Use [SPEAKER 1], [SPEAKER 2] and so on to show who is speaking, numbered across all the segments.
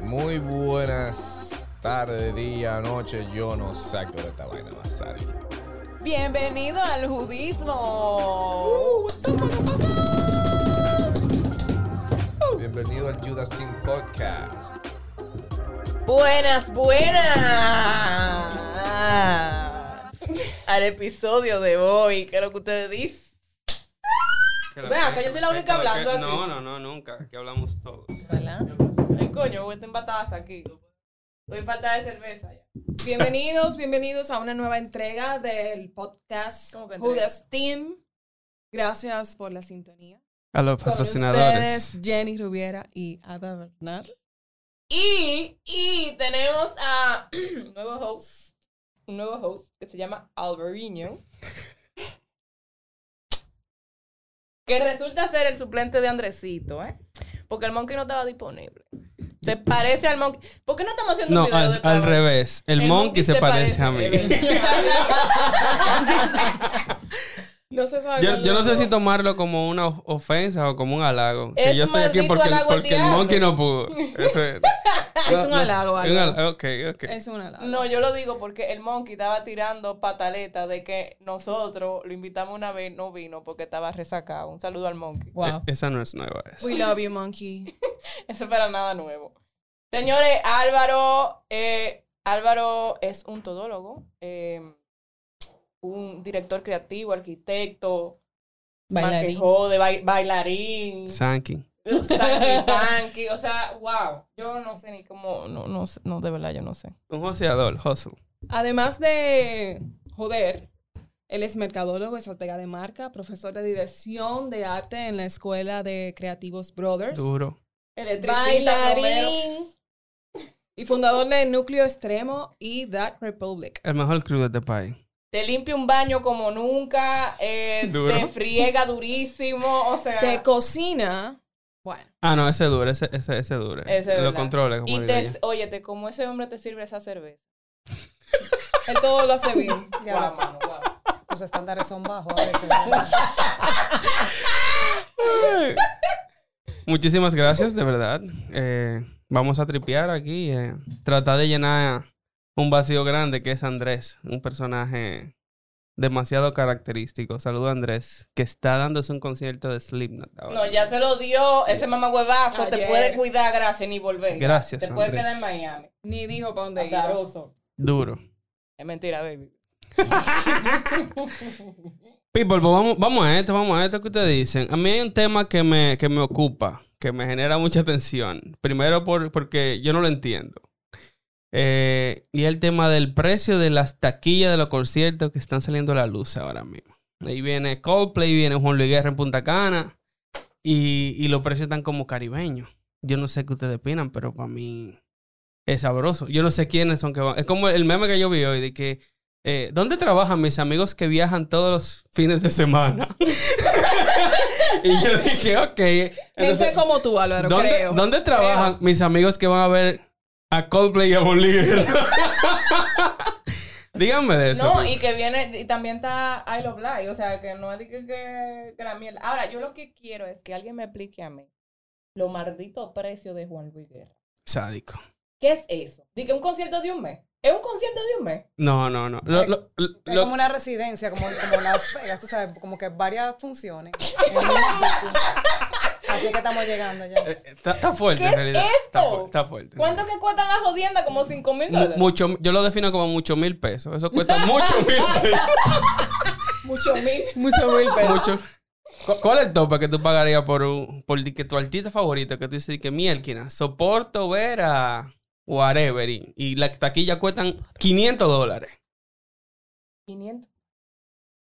[SPEAKER 1] Muy buenas tardes, día, noche. Yo no saco de esta vaina, Masari.
[SPEAKER 2] Bienvenido al judismo.
[SPEAKER 1] Bienvenido al Judas Sin Podcast.
[SPEAKER 2] Buenas, buenas. Al episodio de hoy, que es lo que ustedes dicen.
[SPEAKER 3] Que la
[SPEAKER 2] Ven acá,
[SPEAKER 3] verdad
[SPEAKER 2] yo soy la
[SPEAKER 3] que-
[SPEAKER 2] única
[SPEAKER 3] que- que-
[SPEAKER 2] hablando
[SPEAKER 3] No,
[SPEAKER 2] aquí.
[SPEAKER 3] no, no, nunca. Aquí hablamos todos.
[SPEAKER 2] ¿Verdad? Ay, coño, voy a estar embatadas aquí. Estoy en falta de cerveza ya.
[SPEAKER 4] Bienvenidos, bienvenidos a una nueva entrega del podcast
[SPEAKER 2] ¿Cómo que entrega?
[SPEAKER 4] Judas Team. Gracias por la sintonía.
[SPEAKER 3] A los
[SPEAKER 4] Con
[SPEAKER 3] patrocinadores.
[SPEAKER 4] ustedes, Jenny Rubiera y Ada Bernal.
[SPEAKER 2] Y, y tenemos a un nuevo host. Un nuevo host que se llama Alvariño. que resulta ser el suplente de Andresito, ¿eh? Porque el monkey no estaba disponible. Se parece al monkey. ¿Por qué no estamos haciendo
[SPEAKER 3] No,
[SPEAKER 2] un video
[SPEAKER 3] al,
[SPEAKER 2] de
[SPEAKER 3] al
[SPEAKER 2] esta vaina?
[SPEAKER 3] revés. El, monkey, se, parece, a mí.
[SPEAKER 4] No se sabe.
[SPEAKER 3] Yo,
[SPEAKER 4] cuándo
[SPEAKER 3] yo no sé
[SPEAKER 4] llegó.
[SPEAKER 3] si tomarlo como una of- ofensa o como un halago. Que
[SPEAKER 2] Es
[SPEAKER 3] yo estoy aquí
[SPEAKER 2] maldito
[SPEAKER 3] porque, el-
[SPEAKER 2] halago el
[SPEAKER 3] porque el
[SPEAKER 2] diablo.
[SPEAKER 3] monkey no pudo. Eso es,
[SPEAKER 4] Es un halago,
[SPEAKER 3] Un
[SPEAKER 4] Álvaro.
[SPEAKER 3] halago, Ok, ok.
[SPEAKER 4] Es un halago.
[SPEAKER 2] Ah, No, yo lo digo porque el monkey estaba tirando pataleta de que nosotros lo invitamos una vez, no vino porque estaba resacado. Un saludo al monkey.
[SPEAKER 4] Wow.
[SPEAKER 3] E- Esa no es nueva. esa.
[SPEAKER 4] We love you, monkey.
[SPEAKER 2] Eso para nada nuevo. Señores, Álvaro, eh, Álvaro es un todólogo, eh, un director creativo, arquitecto, más que jode, bai- bailarín,
[SPEAKER 3] Sanky.
[SPEAKER 2] sanky tanky, o sea, wow. Yo no sé ni cómo, no, no, sé, no, de verdad yo no sé.
[SPEAKER 3] Un joseador, hustle.
[SPEAKER 4] Además de joder, él es mercadólogo, estratega de marca, profesor de dirección de arte en la Escuela de Creativos Brothers.
[SPEAKER 3] Duro.
[SPEAKER 2] Electricista, plomero.
[SPEAKER 4] bailarín y fundador de Núcleo Extremo y That Republic.
[SPEAKER 3] El mejor crew de este país.
[SPEAKER 2] Te limpia un baño como nunca, eh,
[SPEAKER 3] Duro.
[SPEAKER 2] te friega durísimo, o sea...
[SPEAKER 4] Te cocina. Bueno,
[SPEAKER 3] Ah, no, ese duro, ese, ese, ese duro.
[SPEAKER 2] Ese,
[SPEAKER 3] Lo
[SPEAKER 2] ¿verdad?
[SPEAKER 3] controles, como
[SPEAKER 2] y
[SPEAKER 3] digo
[SPEAKER 2] te,
[SPEAKER 3] yo.
[SPEAKER 2] óyete, ¿cómo ese hombre te sirve esa cerveza?
[SPEAKER 4] él todo lo hace bien. Ya
[SPEAKER 2] Guau,
[SPEAKER 4] lo-
[SPEAKER 2] mano, guau.
[SPEAKER 5] Los estándares son bajos a veces.
[SPEAKER 3] Muchísimas gracias, de verdad. Eh, vamos a tripear aquí. eh, tratar de llenar un vacío grande que es Andrés, un personaje demasiado característico. Saludo a Andrés, que está dándose un concierto de Slipknot. ahora.
[SPEAKER 2] No, ya se lo dio ese mamá huevazo. Te
[SPEAKER 4] Ayer.
[SPEAKER 2] puede cuidar, gracias, ni volver.
[SPEAKER 3] Gracias,
[SPEAKER 2] Te puede
[SPEAKER 3] Andrés.
[SPEAKER 2] quedar en Miami.
[SPEAKER 4] Ni dijo para dónde iba.
[SPEAKER 2] Azaroso.
[SPEAKER 3] Duro.
[SPEAKER 2] Es mentira, baby.
[SPEAKER 3] People, pues vamos, vamos a esto, vamos a esto que ustedes dicen. A mí hay un tema que me, que me ocupa, que me genera mucha tensión. Primero por, porque yo no lo entiendo. Eh, y el tema del precio de las taquillas de los conciertos que están saliendo a la luz ahora mismo. Ahí viene Coldplay, viene Juan Luis Guerra en Punta Cana y, y los precios están como caribeños. Yo no sé qué ustedes opinan, pero para mí es sabroso. Yo no sé quiénes son que van. Es como el meme que yo vi hoy de que eh, ¿Dónde trabajan mis amigos que viajan todos los fines de semana? y yo dije, ok.
[SPEAKER 4] Gente
[SPEAKER 3] entonces,
[SPEAKER 4] como tú, Álvaro,
[SPEAKER 3] ¿dónde,
[SPEAKER 4] creo.
[SPEAKER 3] dónde trabajan mis amigos que van a ver a Coldplay y a Bolívar? Díganme de eso.
[SPEAKER 2] No, y que viene, y también está I Love Live, o sea, que no es de que, que, que la mierda. Ahora, yo lo que quiero es que alguien me explique a mí lo maldito precio de Juan Luis Guerra.
[SPEAKER 3] Sádico.
[SPEAKER 2] ¿Qué es eso? Dije, un concierto de un mes. ¿Es un concierto de un mes?
[SPEAKER 3] No, no, no. Lo- lo- lo-
[SPEAKER 5] Es
[SPEAKER 3] lo-
[SPEAKER 5] como una residencia, como, como Las Vegas, tú sabes, como que varias funciones. en un mismo sitio. Así que estamos llegando ya.
[SPEAKER 3] eh, está, está fuerte,
[SPEAKER 2] ¿Qué
[SPEAKER 3] en
[SPEAKER 2] es
[SPEAKER 3] realidad. Está,
[SPEAKER 2] esto?
[SPEAKER 3] fu- está fuerte.
[SPEAKER 2] ¿Cuánto que cuesta la jodienda? Como 5 mil
[SPEAKER 3] Mu-
[SPEAKER 2] dólares.
[SPEAKER 3] Mucho, yo lo defino como mucho mil pesos. Eso cuesta mucho mil pesos.
[SPEAKER 4] Mucho mil. Mucho mil pesos.
[SPEAKER 3] Mucho. ¿Cu- ¿Cuál es el tope que tú pagarías por, un- por di que tu artista favorito que tú dices di que mielquina? Soporto ver a whatever y, y la taquilla cuestan 500 dólares.
[SPEAKER 2] 500.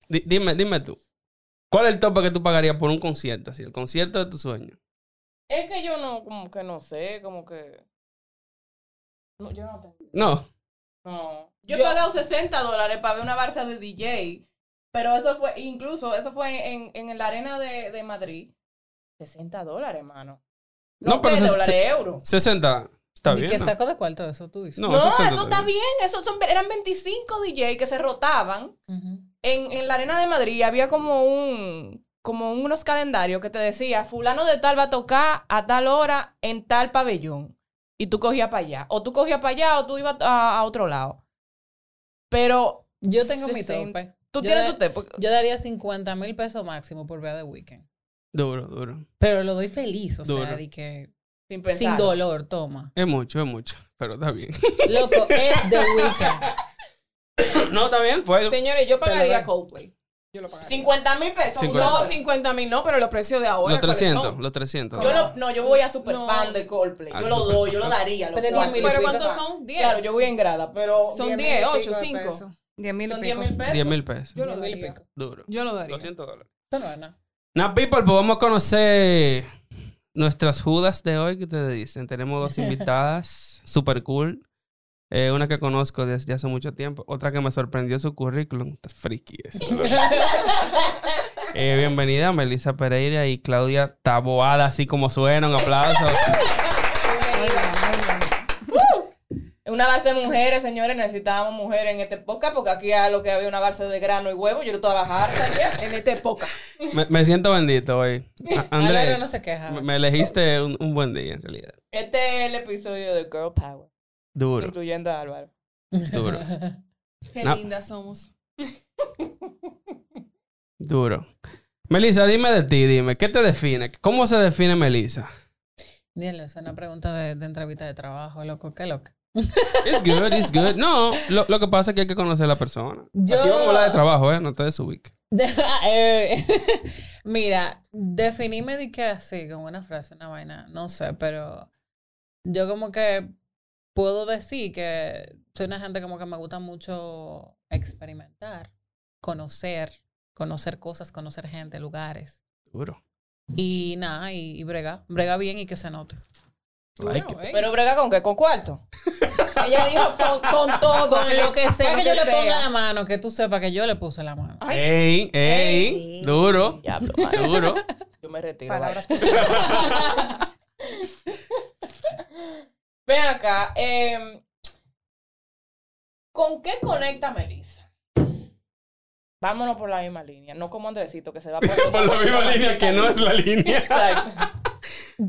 [SPEAKER 3] Di- dime, dime tú. ¿Cuál es el tope que tú pagarías por un concierto? Así, el concierto de tu sueño.
[SPEAKER 2] Es que yo no, como que no sé, como que. No, yo no tengo.
[SPEAKER 3] No.
[SPEAKER 2] No. Yo, he
[SPEAKER 4] Yo-
[SPEAKER 2] pagado 60 dólares para ver una balsa de DJ. Pero eso fue, incluso, eso fue en, en la arena de, de Madrid. 60 dólares, hermano. No,
[SPEAKER 3] No, pero
[SPEAKER 2] pero
[SPEAKER 3] se-
[SPEAKER 2] dólares,
[SPEAKER 3] se-
[SPEAKER 2] euros.
[SPEAKER 3] 60. Está
[SPEAKER 5] ¿Y
[SPEAKER 3] bien.
[SPEAKER 5] qué
[SPEAKER 3] ¿no?
[SPEAKER 5] saco de cuarto eso tú dices?
[SPEAKER 3] No,
[SPEAKER 2] No,
[SPEAKER 3] 60
[SPEAKER 2] eso está bien. Eso son, eran 25 DJ que se rotaban en, en la arena de Madrid. Había como un como unos calendarios que te decía, fulano de tal va a tocar a tal hora en tal pabellón. Y tú cogías para allá. O tú cogías para allá o tú ibas a, a otro lado. Pero
[SPEAKER 6] Yo tengo mi
[SPEAKER 2] 60.
[SPEAKER 6] tope.
[SPEAKER 2] tú
[SPEAKER 6] Yo
[SPEAKER 2] tienes
[SPEAKER 6] de-
[SPEAKER 2] tu tiempo.
[SPEAKER 6] Yo daría 50 mil pesos máximo por ver The Weeknd.
[SPEAKER 3] Duro, duro.
[SPEAKER 6] Pero lo doy feliz, o
[SPEAKER 3] Duro.
[SPEAKER 6] sea, de que
[SPEAKER 2] Sin pensar.
[SPEAKER 6] sin dolor, toma.
[SPEAKER 3] Es mucho, es mucho. Pero está bien.
[SPEAKER 6] Loco, es The Weeknd.
[SPEAKER 3] no, está bien. Fue.
[SPEAKER 4] Señores, yo pagaría
[SPEAKER 6] Celebrar.
[SPEAKER 4] Coldplay. Yo lo pagaría.
[SPEAKER 2] 50 mil pesos.
[SPEAKER 3] 50.
[SPEAKER 4] No, 50 mil no, pero los precios de ahora.
[SPEAKER 3] Los
[SPEAKER 4] ¿cuáles
[SPEAKER 3] 300,
[SPEAKER 4] son?
[SPEAKER 3] los 300.
[SPEAKER 2] Yo lo- no, yo voy a super
[SPEAKER 4] No.
[SPEAKER 2] fan de Coldplay.
[SPEAKER 3] Ah,
[SPEAKER 2] Yo lo
[SPEAKER 3] super
[SPEAKER 2] doy, yo lo daría. lo
[SPEAKER 6] Pero
[SPEAKER 2] sé.
[SPEAKER 6] diez mil y
[SPEAKER 4] ¿Pero
[SPEAKER 6] pico.
[SPEAKER 4] cuántos son? 10.
[SPEAKER 2] Claro, yo voy en grada, pero
[SPEAKER 4] Son 10, 8, 5.
[SPEAKER 5] Diez mil
[SPEAKER 2] son
[SPEAKER 5] y
[SPEAKER 2] 10
[SPEAKER 5] pico.
[SPEAKER 2] mil pesos.
[SPEAKER 3] 10 mil pesos.
[SPEAKER 4] Yo lo
[SPEAKER 6] Mil y
[SPEAKER 4] daría.
[SPEAKER 6] pico.
[SPEAKER 3] Duro.
[SPEAKER 4] Yo lo daría.
[SPEAKER 3] 200 dólares.
[SPEAKER 6] Eso no es nada.
[SPEAKER 3] Now, people, pues vamos a conocer nuestras judas de hoy. ¿Qué ustedes dicen? Tenemos dos invitadas super cool. Eh, una que conozco desde hace mucho tiempo, otra que me sorprendió su currículum. Estás friki eso. Eh, bienvenida, Melissa Pereira y Claudia Taboada, así como suena. Un aplauso.
[SPEAKER 2] Una base de mujeres, señores, necesitábamos mujeres en este podcast porque aquí a lo que había una base de grano y huevo, yo lo trabajaba en esta época.
[SPEAKER 3] Me, me siento bendito hoy. A- Andrés,
[SPEAKER 6] Álvaro no se queja.
[SPEAKER 3] me, me elegiste un, un buen día, en realidad.
[SPEAKER 2] Este es el episodio de Girl Power,
[SPEAKER 3] Duro,
[SPEAKER 2] incluyendo a Álvaro.
[SPEAKER 3] duro,
[SPEAKER 4] Qué
[SPEAKER 3] No.
[SPEAKER 4] lindas somos.
[SPEAKER 3] duro. Melissa, dime de ti, dime. ¿Qué te define? ¿Cómo se define Melissa?
[SPEAKER 6] Dígale, es una pregunta de, de entrevista de trabajo, loco, qué loca.
[SPEAKER 3] It's good, it's good. No, lo, lo que pasa es que hay que conocer a la persona.
[SPEAKER 6] Yo-
[SPEAKER 3] Aquí vamos a hablar de trabajo, ¿eh? No te desubiques.
[SPEAKER 6] Eh, Mira, definirme de que así, con una frase, una vaina, no sé, pero yo como que puedo decir que soy una gente como que me gusta mucho experimentar, conocer, conocer cosas, conocer gente, lugares.
[SPEAKER 3] Duro.
[SPEAKER 6] Y nada, y, y brega, brega bien y que se note.
[SPEAKER 3] Like it.
[SPEAKER 2] Pero brega con qué, con cuarto. Ella dijo con, con todo.
[SPEAKER 6] Con lo que sea
[SPEAKER 2] Con
[SPEAKER 6] que yo
[SPEAKER 2] lo
[SPEAKER 6] le
[SPEAKER 2] que
[SPEAKER 6] ponga
[SPEAKER 2] sea.
[SPEAKER 6] la mano, que tú sepas que yo le puse la mano.
[SPEAKER 3] Ey, ey, duro,
[SPEAKER 2] Diablo, madre.
[SPEAKER 3] duro.
[SPEAKER 2] Yo me retiro.
[SPEAKER 5] Palabras
[SPEAKER 2] Ven acá. eh, ¿Con qué conecta Melissa? Vámonos por la misma línea, no como Andresito que se va por,
[SPEAKER 3] Por la misma línea que no es la línea.
[SPEAKER 2] Exacto.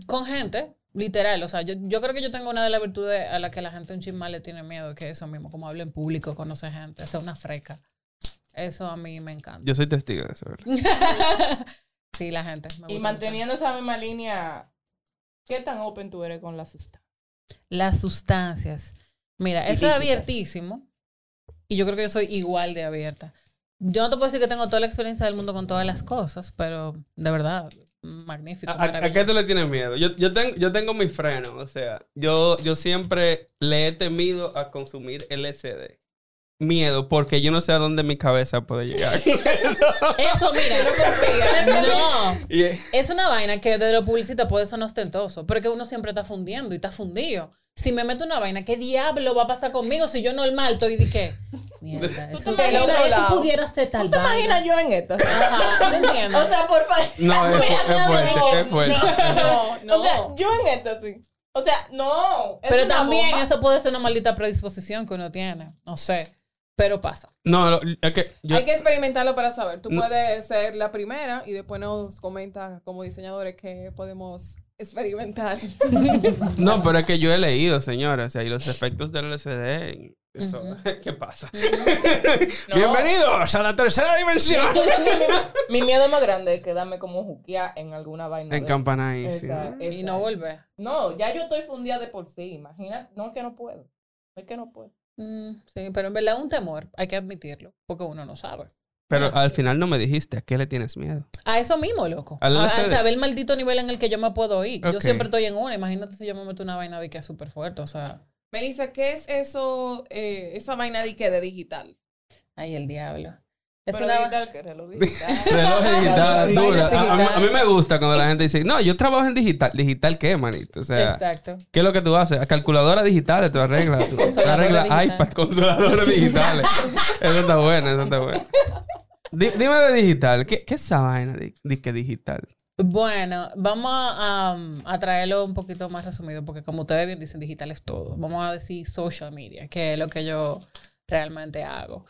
[SPEAKER 6] con gente, literal. O sea, yo, yo creo que yo tengo una de las virtudes a la que la gente un chismal le tiene miedo, que es eso mismo, como habla en público, conoce gente, hacer una freca. Eso a mí me encanta.
[SPEAKER 3] Yo soy testigo de eso, ¿verdad?
[SPEAKER 6] Sí, la gente. me gusta
[SPEAKER 2] Y manteniendo esa misma línea, ¿qué tan open tú eres con la sustancia?
[SPEAKER 6] mucho. Las sustancias. Mira, eso es
[SPEAKER 2] Ilícitas.
[SPEAKER 6] abiertísimo. Y yo creo que yo soy igual de abierta. Yo no te puedo decir que tengo toda la experiencia del mundo con todas las cosas, pero de verdad, magnífico.
[SPEAKER 3] ¿A, a- a qué tú
[SPEAKER 6] maravilloso.
[SPEAKER 3] le tienes miedo? Yo, yo, tengo, yo tengo mi freno, o sea, yo, yo siempre le he temido a consumir LSD. Miedo, porque yo no sé a dónde mi cabeza puede llegar.
[SPEAKER 6] Eso, mira. no.
[SPEAKER 3] Y,
[SPEAKER 6] Es una vaina que de lo publicita puede sonar ostentoso, pero que uno siempre está fundiendo y está fundido. Si me meto una vaina, ¿qué diablo va a pasar conmigo si yo normal estoy de qué? Mierda, eso,
[SPEAKER 2] te imaginas
[SPEAKER 6] eso
[SPEAKER 2] al lado?
[SPEAKER 6] pudiera ser tal
[SPEAKER 2] ¿Te
[SPEAKER 6] vaina.
[SPEAKER 2] imaginas yo en esta?
[SPEAKER 6] Ajá, ¿me entiendes?
[SPEAKER 2] O sea, por favor.
[SPEAKER 3] no, es, fu-
[SPEAKER 2] Mira,
[SPEAKER 3] es fuerte,
[SPEAKER 2] no,
[SPEAKER 3] es fuerte.
[SPEAKER 2] No,
[SPEAKER 6] no.
[SPEAKER 2] O sea, yo en esta sí. O sea, no. es
[SPEAKER 6] pero
[SPEAKER 2] una
[SPEAKER 6] también
[SPEAKER 2] bomba.
[SPEAKER 6] eso puede ser una maldita predisposición que uno tiene, no sé, pero pasa.
[SPEAKER 3] No, lo- es que yo,
[SPEAKER 4] Hay que experimentarlo para saber. Tú
[SPEAKER 3] No.
[SPEAKER 4] puedes ser la primera y después nos comenta como diseñadores que podemos experimentar.
[SPEAKER 3] No, pero es que yo he leído, señores, o sea, y los efectos del LSD. Eso, ¿Qué pasa? Bienvenidos a la tercera dimensión.
[SPEAKER 2] Mi miedo más grande es quedarme como juquear en alguna vaina.
[SPEAKER 3] En
[SPEAKER 2] de-
[SPEAKER 3] campana ahí, sí.
[SPEAKER 2] Esa- esa.
[SPEAKER 6] Y no volver.
[SPEAKER 2] No, ya yo estoy fundida de por sí, imagínate. No, es que no puedo. Es que no puedo.
[SPEAKER 6] Mm, sí, pero en verdad es un temor, hay que admitirlo, porque uno no sabe.
[SPEAKER 3] Pero al final no me dijiste a qué le tienes miedo.
[SPEAKER 6] A eso mismo, loco.
[SPEAKER 3] Al
[SPEAKER 6] A, a
[SPEAKER 3] LCD.
[SPEAKER 6] saber el maldito nivel en el que yo me puedo ir. Yo
[SPEAKER 3] Ok.
[SPEAKER 6] siempre estoy en una. Imagínate si yo me meto una vaina de que es súper fuerte. O sea,
[SPEAKER 4] Melissa, ¿qué es eso, eh, esa vaina de, qué, de digital?
[SPEAKER 6] ay, el diablo. Es
[SPEAKER 2] Pero
[SPEAKER 6] una
[SPEAKER 2] digital, que reloj digital.
[SPEAKER 3] Reloj digital,
[SPEAKER 6] Vainas
[SPEAKER 3] dura. A, a mí- a mí
[SPEAKER 6] digitales.
[SPEAKER 3] me gusta cuando la gente dice, no, yo trabajo en digital. ¿Digital qué, manito? O sea,
[SPEAKER 6] Exacto.
[SPEAKER 3] ¿qué es lo que tú haces? Calculadora digital, tú arreglas. Tú, tú arreglas
[SPEAKER 6] digital.
[SPEAKER 3] iPad, consoladores digitales. Eso está bueno, eso está bueno. Di- dime de digital. ¿Qué, qué es esa vaina de, de que digital?
[SPEAKER 6] Bueno, vamos a, um, a traerlo un poquito más resumido, porque como ustedes bien dicen, digital es todo. Vamos a decir social media, que es lo que yo realmente hago.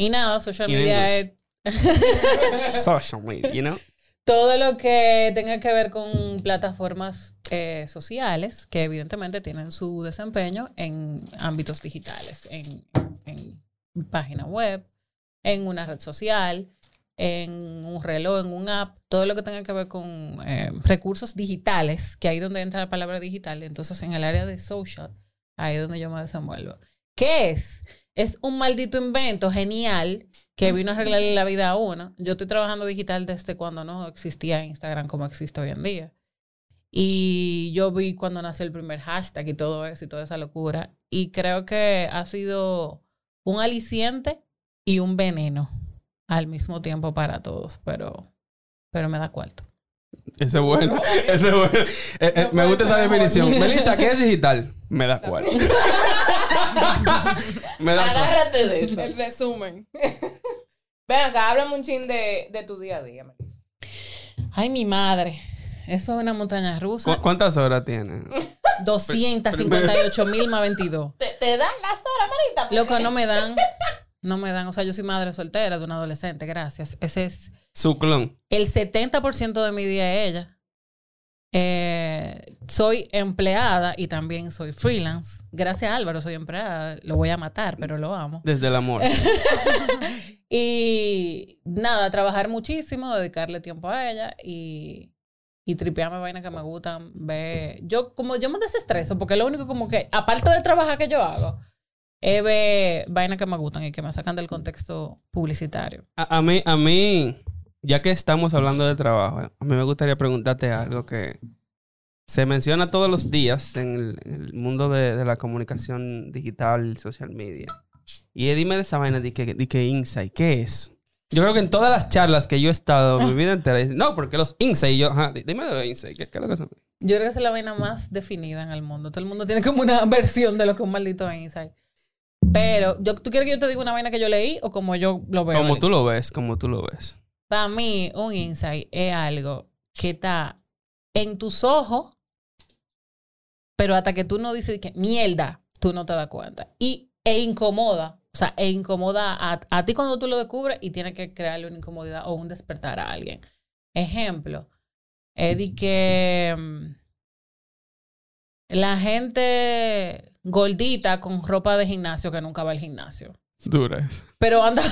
[SPEAKER 6] Y nada, social
[SPEAKER 3] Y en
[SPEAKER 6] media
[SPEAKER 3] inglés.
[SPEAKER 6] es
[SPEAKER 3] Social media, you know?
[SPEAKER 6] todo lo que tenga que ver con plataformas eh, sociales que evidentemente tienen su desempeño en ámbitos digitales, en, en página web, en una red social, en un reloj, en un app, todo lo que tenga que ver con eh, recursos digitales, que ahí es donde entra la palabra digital, entonces en el área de social, ahí es donde yo me desenvuelvo. ¿Qué es? Es un maldito invento genial que vino a arreglarle la vida a uno. Yo estoy trabajando digital desde cuando no existía Instagram como existe hoy en día. Y yo vi cuando nació el primer hashtag y todo eso y toda esa locura. Y creo que ha sido un aliciente y un veneno al mismo tiempo para todos, pero, pero me da cuarto.
[SPEAKER 3] Ese es bueno. Ese es bueno. Eh, eh, me gusta esa definición. Melissa, ¿qué es digital? Me da cual. me da cual.
[SPEAKER 2] Agárrate de eso.
[SPEAKER 4] El resumen.
[SPEAKER 2] Ven acá, háblame un chin de, de tu día a día. Melissa.
[SPEAKER 6] Ay, mi madre. Eso es una montaña rusa.
[SPEAKER 3] ¿Cu- ¿Cuántas horas tiene?
[SPEAKER 6] 258 mil más 22.
[SPEAKER 2] ¿Te, te dan las horas, Marita?
[SPEAKER 6] Loco, no me dan. No me dan. O sea, yo soy madre soltera de una adolescente, gracias. Ese es
[SPEAKER 3] Su clon.
[SPEAKER 6] el 70% de mi día es ella. Eh, soy empleada y también soy freelance. Gracias, Álvaro, soy empleada. Lo voy a matar, pero lo amo.
[SPEAKER 3] Desde el amor.
[SPEAKER 6] Y nada, trabajar muchísimo, dedicarle tiempo a ella y, y tripearme vainas que me gustan. Ver. Yo, como yo me desestreso, porque lo único como que, aparte de trabajar que yo hago, es ver vainas que me gustan y que me sacan del contexto publicitario.
[SPEAKER 3] A, a mí, a mí, ya que estamos hablando de trabajo, a mí me gustaría preguntarte algo que se menciona todos los días en el, en el mundo de, de la comunicación digital, social media. Y eh, dime de esa vaina de que, de que insight, ¿qué es? Yo creo que en todas las charlas que yo he estado mi vida entera, dicen, no, porque los insights, yo, ajá, dime de los insights, ¿qué, qué es lo que son?
[SPEAKER 6] Yo creo que esa es la vaina más definida en el mundo. Todo el mundo tiene como una versión de lo que es un maldito insight. Pero, yo, ¿tú quieres que yo te diga una vaina que yo leí o como yo lo veo?
[SPEAKER 3] Como tú lo ves, como tú lo ves.
[SPEAKER 6] Para mí, un insight es algo que está en tus ojos, pero hasta que tú no dices que mierda, tú no te das cuenta. Y e incomoda. O sea, e incomoda a, a ti cuando tú lo descubres y tienes que crearle una incomodidad o un despertar a alguien. Ejemplo, es de que mm, la gente gordita con ropa de gimnasio que nunca va al gimnasio.
[SPEAKER 3] Dura es.
[SPEAKER 6] Pero anda.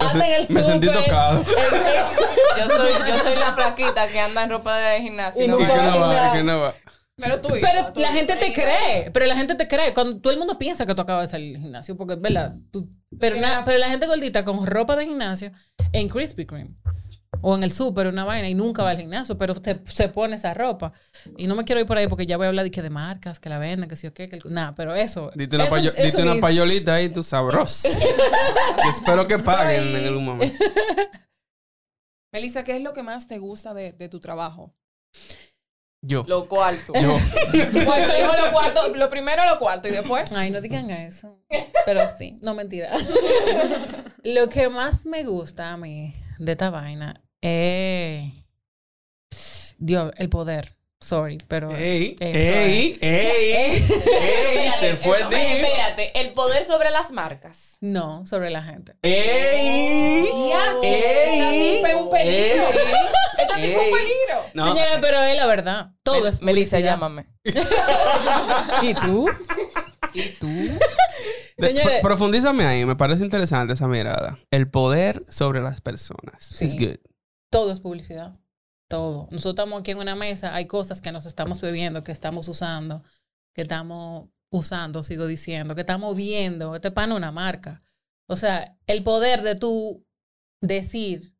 [SPEAKER 6] anda en el
[SPEAKER 3] Me sentí
[SPEAKER 6] súper,
[SPEAKER 3] tocado.
[SPEAKER 2] Yo soy, yo soy la flaquita que anda en ropa de gimnasio.
[SPEAKER 4] Y
[SPEAKER 2] ¿no?
[SPEAKER 3] Y que no va,
[SPEAKER 4] Nunca-
[SPEAKER 3] y que no va.
[SPEAKER 4] Pero tú.
[SPEAKER 6] Pero la gente te cree, pero la gente te cree. Cuando todo el mundo piensa que tú acabas de salir del gimnasio, porque es verdad. tú- pero, na- pero la gente gordita con ropa de gimnasio en Krispy Kreme o en el súper, una vaina, y nunca va al gimnasio, pero te- se pone esa ropa. Y no me quiero ir por ahí porque ya voy a hablar de, que de marcas, que la venden, que sí o qué, que el- Nah, pero eso.
[SPEAKER 3] Dite una,
[SPEAKER 6] eso-
[SPEAKER 3] payo-
[SPEAKER 6] eso
[SPEAKER 3] dite una
[SPEAKER 6] ni-
[SPEAKER 3] payolita ahí, tú sabroso. Y espero que paguen
[SPEAKER 6] Soy-
[SPEAKER 3] en algún momento.
[SPEAKER 4] Melissa, ¿qué es lo que más te gusta de, de tu trabajo?
[SPEAKER 3] Yo.
[SPEAKER 2] Lo cuarto.
[SPEAKER 3] Yo.
[SPEAKER 4] Bueno, dijo lo, cuarto, lo primero lo cuarto y después.
[SPEAKER 6] Ay, no digan eso. Pero sí, no mentira. Lo que más me gusta a mí de esta vaina es. Dios, el poder. Sorry, pero.
[SPEAKER 3] ¡Ey!
[SPEAKER 6] eso
[SPEAKER 3] ¡Ey! ¡Ey! ¡Ey! ¡Se fue el
[SPEAKER 2] Espérate,
[SPEAKER 3] día!
[SPEAKER 2] Espérate, el poder sobre las marcas.
[SPEAKER 6] No, sobre la gente.
[SPEAKER 3] ¡Ey! ¡Ey!
[SPEAKER 4] Fue un peligro. Este tipo es
[SPEAKER 3] Ey.
[SPEAKER 4] un peligro.
[SPEAKER 3] No,
[SPEAKER 6] Señora, pero es la verdad. Todo es.
[SPEAKER 2] Melissa,
[SPEAKER 6] publicidad.
[SPEAKER 2] llámame.
[SPEAKER 6] ¿Y tú? ¿Y tú?
[SPEAKER 3] de-
[SPEAKER 6] Señores.
[SPEAKER 3] pro- profundízame ahí, me parece interesante esa mirada. El poder sobre las personas.
[SPEAKER 6] Sí.
[SPEAKER 3] It's good.
[SPEAKER 6] Todo es publicidad. Todo. Nosotros estamos aquí en una mesa, hay cosas que nos estamos bebiendo, que estamos usando, que estamos usando, sigo diciendo, que estamos viendo. Este pan es una marca. O sea, el poder de tú decir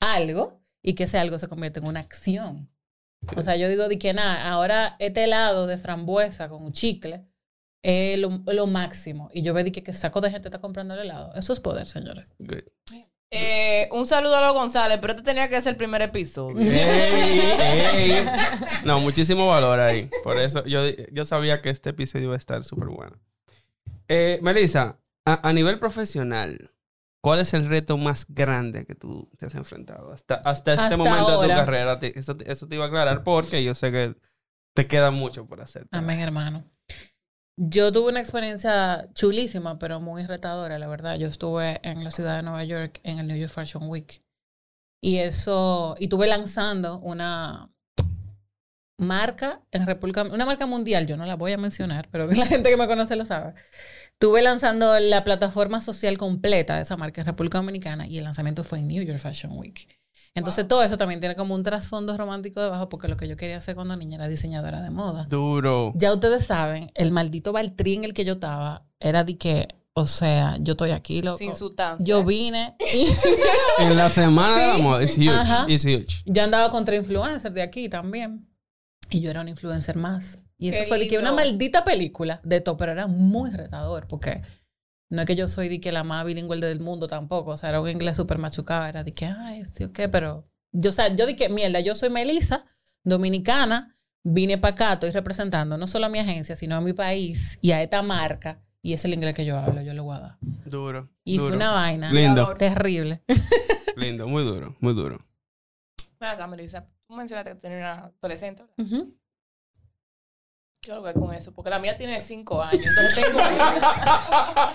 [SPEAKER 6] algo y que ese algo se convierta en una acción. O sea, yo digo de que nada, ahora este helado de frambuesa con un chicle es lo, lo máximo. Y yo veo de que, que saco de gente está comprando el helado. Eso es poder, señores.
[SPEAKER 3] Good.
[SPEAKER 2] Eh, un saludo a los González, pero este tenía que ser el primer episodio.
[SPEAKER 3] ¡Ey! ¡Ey! No, muchísimo valor ahí. Por eso yo, yo sabía que este episodio iba a estar súper bueno. Eh, Melissa, a, a nivel profesional, ¿cuál es el reto más grande que tú te has enfrentado hasta, hasta este
[SPEAKER 6] Hasta
[SPEAKER 3] momento de
[SPEAKER 6] ahora.
[SPEAKER 3] tu carrera? Te- eso, te- eso te iba a aclarar porque yo sé que te queda mucho por hacer.
[SPEAKER 6] Amén, hermano. Yo tuve una experiencia chulísima, pero muy retadora, la verdad. Yo estuve en la ciudad de Nueva York en el New York Fashion Week. Y eso, y tuve lanzando una marca en República, una marca mundial, yo no la voy a mencionar, pero la gente que me conoce lo sabe. Tuve lanzando la plataforma social completa de esa marca en República Dominicana y el lanzamiento fue en New York Fashion Week. Entonces todo eso también tiene como un trasfondo romántico debajo porque lo que yo quería hacer cuando niña era diseñadora de moda.
[SPEAKER 3] Duro.
[SPEAKER 6] Ya ustedes saben, el maldito Baltrí en el que yo estaba era de que, o sea, yo estoy aquí, loco.
[SPEAKER 2] Sin sustancia.
[SPEAKER 6] yo vine y
[SPEAKER 3] En la semana de la
[SPEAKER 6] Sí.
[SPEAKER 3] moda. It's huge.
[SPEAKER 6] Ajá.
[SPEAKER 3] It's huge.
[SPEAKER 6] yo andaba contra influencers de aquí también. Y yo era un influencer más. Y eso
[SPEAKER 2] Qué
[SPEAKER 6] fue de que
[SPEAKER 2] lindo.
[SPEAKER 6] una maldita película de todo, pero era muy retador porque no es que yo soy de que la más bilingüe del mundo tampoco. O sea, era un inglés súper machucado. Era de que, ay, sí, ok, pero. Yo, o sea, yo dije, mierda, yo soy Melissa, dominicana, vine para acá, estoy representando no solo a mi agencia, sino a mi país y a esta marca. Y es el inglés que yo hablo, yo lo voy a dar.
[SPEAKER 3] Duro.
[SPEAKER 6] Y
[SPEAKER 3] duro.
[SPEAKER 6] fue una vaina
[SPEAKER 3] Lindo,
[SPEAKER 6] terrible.
[SPEAKER 3] lindo. Muy duro, muy duro.
[SPEAKER 2] Ven acá, Melissa. Tú mencionaste que tenía una adolescente. ¿verdad?
[SPEAKER 6] Ujú.
[SPEAKER 2] Yo lo que con eso, porque la mía tiene cinco años. Entonces tengo. ella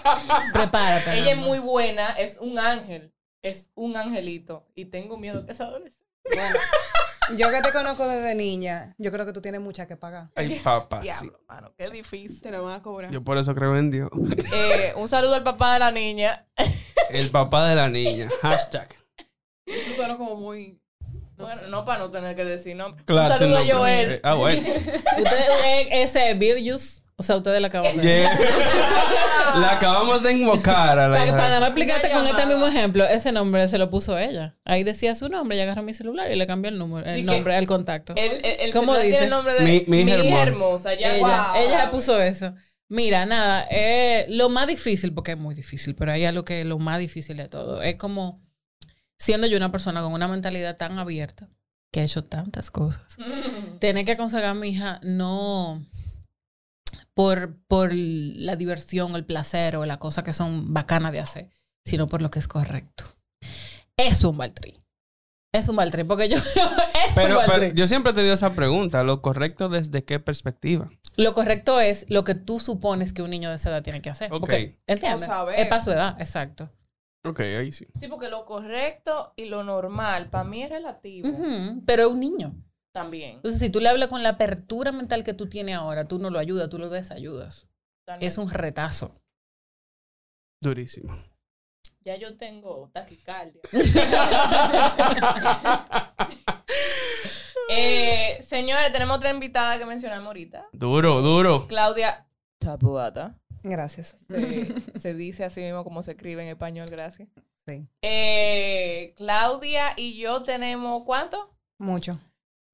[SPEAKER 6] Prepárate. mi
[SPEAKER 2] es
[SPEAKER 6] amor.
[SPEAKER 2] muy buena, es un ángel. Es un angelito. Y tengo miedo que esa adolescente.
[SPEAKER 5] Bueno, yo que te conozco desde niña, yo creo que tú tienes mucha que pagar.
[SPEAKER 3] Ay, papá, sí.
[SPEAKER 2] Diablo, mano, qué difícil.
[SPEAKER 4] Te la van a cobrar.
[SPEAKER 3] Yo por eso creo en Dios.
[SPEAKER 2] Eh, un saludo al papá de la niña.
[SPEAKER 3] El papá de la niña. Hashtag.
[SPEAKER 4] Eso suena como muy. No
[SPEAKER 2] bueno,
[SPEAKER 4] sé.
[SPEAKER 2] no para no tener que decir nombre.
[SPEAKER 3] Claro,
[SPEAKER 2] un saludo
[SPEAKER 3] sin
[SPEAKER 2] a
[SPEAKER 3] nombre.
[SPEAKER 2] Joel.
[SPEAKER 3] Eh, Ah, bueno.
[SPEAKER 6] Ustedes, eh, ese Virgil, o sea, ustedes la acaban de.
[SPEAKER 3] Yeah. La acabamos de invocar a la
[SPEAKER 6] Para,
[SPEAKER 3] hija.
[SPEAKER 6] para nada más explicarte
[SPEAKER 2] Una
[SPEAKER 6] con este
[SPEAKER 2] llamada.
[SPEAKER 6] mismo ejemplo, ese nombre se lo puso ella. Ahí decía su nombre, ella agarró mi celular y le cambió el número, el
[SPEAKER 2] Dije,
[SPEAKER 6] nombre, el contacto.
[SPEAKER 2] El, el, el
[SPEAKER 6] ¿Cómo
[SPEAKER 2] celular tiene
[SPEAKER 6] dice?
[SPEAKER 2] el nombre de
[SPEAKER 3] Eh, Mi- mi hija hermosa.
[SPEAKER 2] Ya,
[SPEAKER 6] ella,
[SPEAKER 2] wow.
[SPEAKER 6] ella puso eso. Mira, nada, eh, lo más difícil, porque es muy difícil, pero ahí es lo que lo más difícil de todo. Es como siendo yo una persona con una mentalidad tan abierta, que he hecho tantas cosas, tener que aconsejar a mi hija no por, por la diversión, el placer o la cosa que son bacanas de hacer, sino por lo que es correcto. Es un baltrí. Es un baltrí, porque yo... es
[SPEAKER 3] Pero,
[SPEAKER 6] un
[SPEAKER 3] pero
[SPEAKER 6] baltrí.
[SPEAKER 3] yo siempre he tenido esa pregunta. ¿Lo correcto desde qué perspectiva?
[SPEAKER 6] Lo correcto es lo que tú supones que un niño de esa edad tiene que hacer.
[SPEAKER 3] Ok.
[SPEAKER 6] Porque, ¿entiendes?
[SPEAKER 4] O saber.
[SPEAKER 6] Es para su edad, exacto.
[SPEAKER 3] Ok, ahí sí.
[SPEAKER 2] Sí, porque lo correcto y lo normal para mí es relativo
[SPEAKER 6] Ujú, Pero es un niño.
[SPEAKER 2] también.
[SPEAKER 6] Entonces, si tú le hablas con la apertura mental que tú tienes ahora, tú no lo ayudas, tú lo desayudas. Es un retazo.
[SPEAKER 3] Durísimo.
[SPEAKER 2] Ya yo tengo taquicardia. Eh, señores, tenemos otra invitada que mencionamos ahorita.
[SPEAKER 3] Duro, duro.
[SPEAKER 2] Claudia Tabuada.
[SPEAKER 5] Gracias.
[SPEAKER 2] Se, se dice así mismo como se escribe en español, gracias.
[SPEAKER 5] Sí.
[SPEAKER 2] Eh, Claudia y yo tenemos, ¿cuánto?
[SPEAKER 5] Mucho.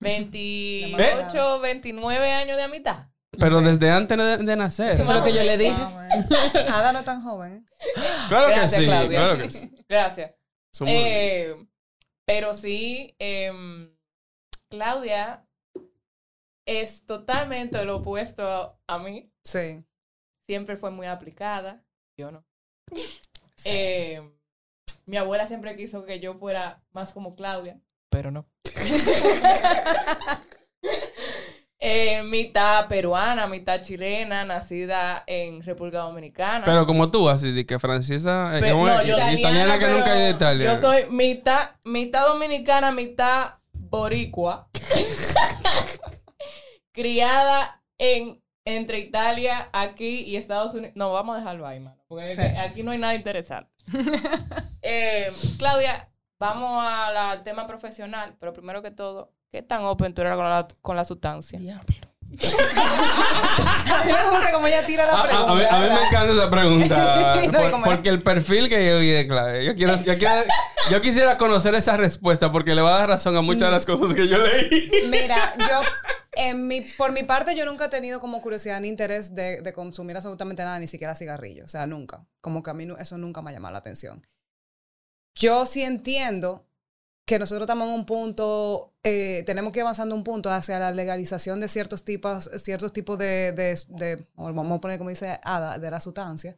[SPEAKER 2] 28, 29 años de amistad.
[SPEAKER 3] Pero desde antes de, de nacer.
[SPEAKER 6] Eso fue lo que yo le dije.
[SPEAKER 5] Ah, bueno. Ada no es tan joven. ¿eh?
[SPEAKER 3] Claro que
[SPEAKER 2] Gracias,
[SPEAKER 3] sí.
[SPEAKER 2] Claudia. Eh,
[SPEAKER 3] Claro que sí.
[SPEAKER 2] Gracias.
[SPEAKER 3] Somos-
[SPEAKER 2] Eh, pero sí, em, Claudia es totalmente lo opuesto a, a mí.
[SPEAKER 5] Sí.
[SPEAKER 2] Siempre fue muy aplicada. Yo no. Em, mi abuela siempre quiso que yo fuera más como Claudia, pero no. Eh, mitad peruana, mitad chilena, nacida en República Dominicana.
[SPEAKER 3] Pero como tú, así de que Francesa. eh,
[SPEAKER 2] Pe-
[SPEAKER 3] ¿cómo
[SPEAKER 2] no,
[SPEAKER 3] es?
[SPEAKER 2] yo-
[SPEAKER 3] italiana,
[SPEAKER 2] italiana,
[SPEAKER 3] que
[SPEAKER 2] pero
[SPEAKER 3] nunca hay de Italia.
[SPEAKER 2] Yo soy mitad, mitad dominicana, mitad boricua. criada en entre Italia, aquí y Estados Unidos. No, vamos a dejarlo ahí, mano. Porque es que aquí no hay nada interesante. Eh, Claudia, vamos al tema profesional, pero primero que todo, ¿qué tan open tú eras con la, con la sustancia?
[SPEAKER 6] Diablo.
[SPEAKER 5] A mí no me gusta cómo ella tira
[SPEAKER 3] A,
[SPEAKER 5] la
[SPEAKER 3] Ah, a- a mí,
[SPEAKER 5] pregunta.
[SPEAKER 3] a mí me encanta esa pregunta.
[SPEAKER 5] No,
[SPEAKER 3] por-
[SPEAKER 5] ¿cómo es?
[SPEAKER 3] porque el perfil que yo vi de Claudia, yo, quiero, yo, quiero- yo quisiera conocer esa respuesta porque le va a dar razón a muchas de las cosas que yo leí.
[SPEAKER 5] Mira, yo, en mi, por mi parte, yo nunca he tenido como curiosidad ni interés de, de consumir absolutamente nada, ni siquiera cigarrillos. O sea, nunca. Como que a mí nu- eso nunca me ha llamado la atención. Yo sí entiendo que nosotros estamos en un punto, eh, tenemos que ir avanzando un punto hacia la legalización de ciertos tipos, ciertos tipos de, de, de- o vamos a poner como dice Ada, de la sustancia.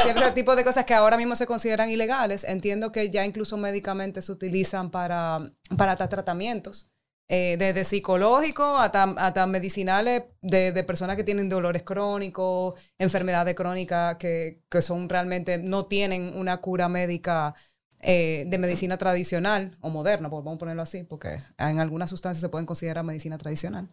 [SPEAKER 5] cierto tipo de cosas que ahora mismo se consideran ilegales. Entiendo que ya incluso médicamente se utilizan para, para tra- tratamientos, eh, desde psicológicos hasta, hasta medicinales de, de personas que tienen dolores crónicos, enfermedades crónicas que, que son realmente, no tienen una cura médica eh, de medicina tradicional o moderna, por- vamos a ponerlo así, porque en algunas sustancias se pueden considerar medicina tradicional.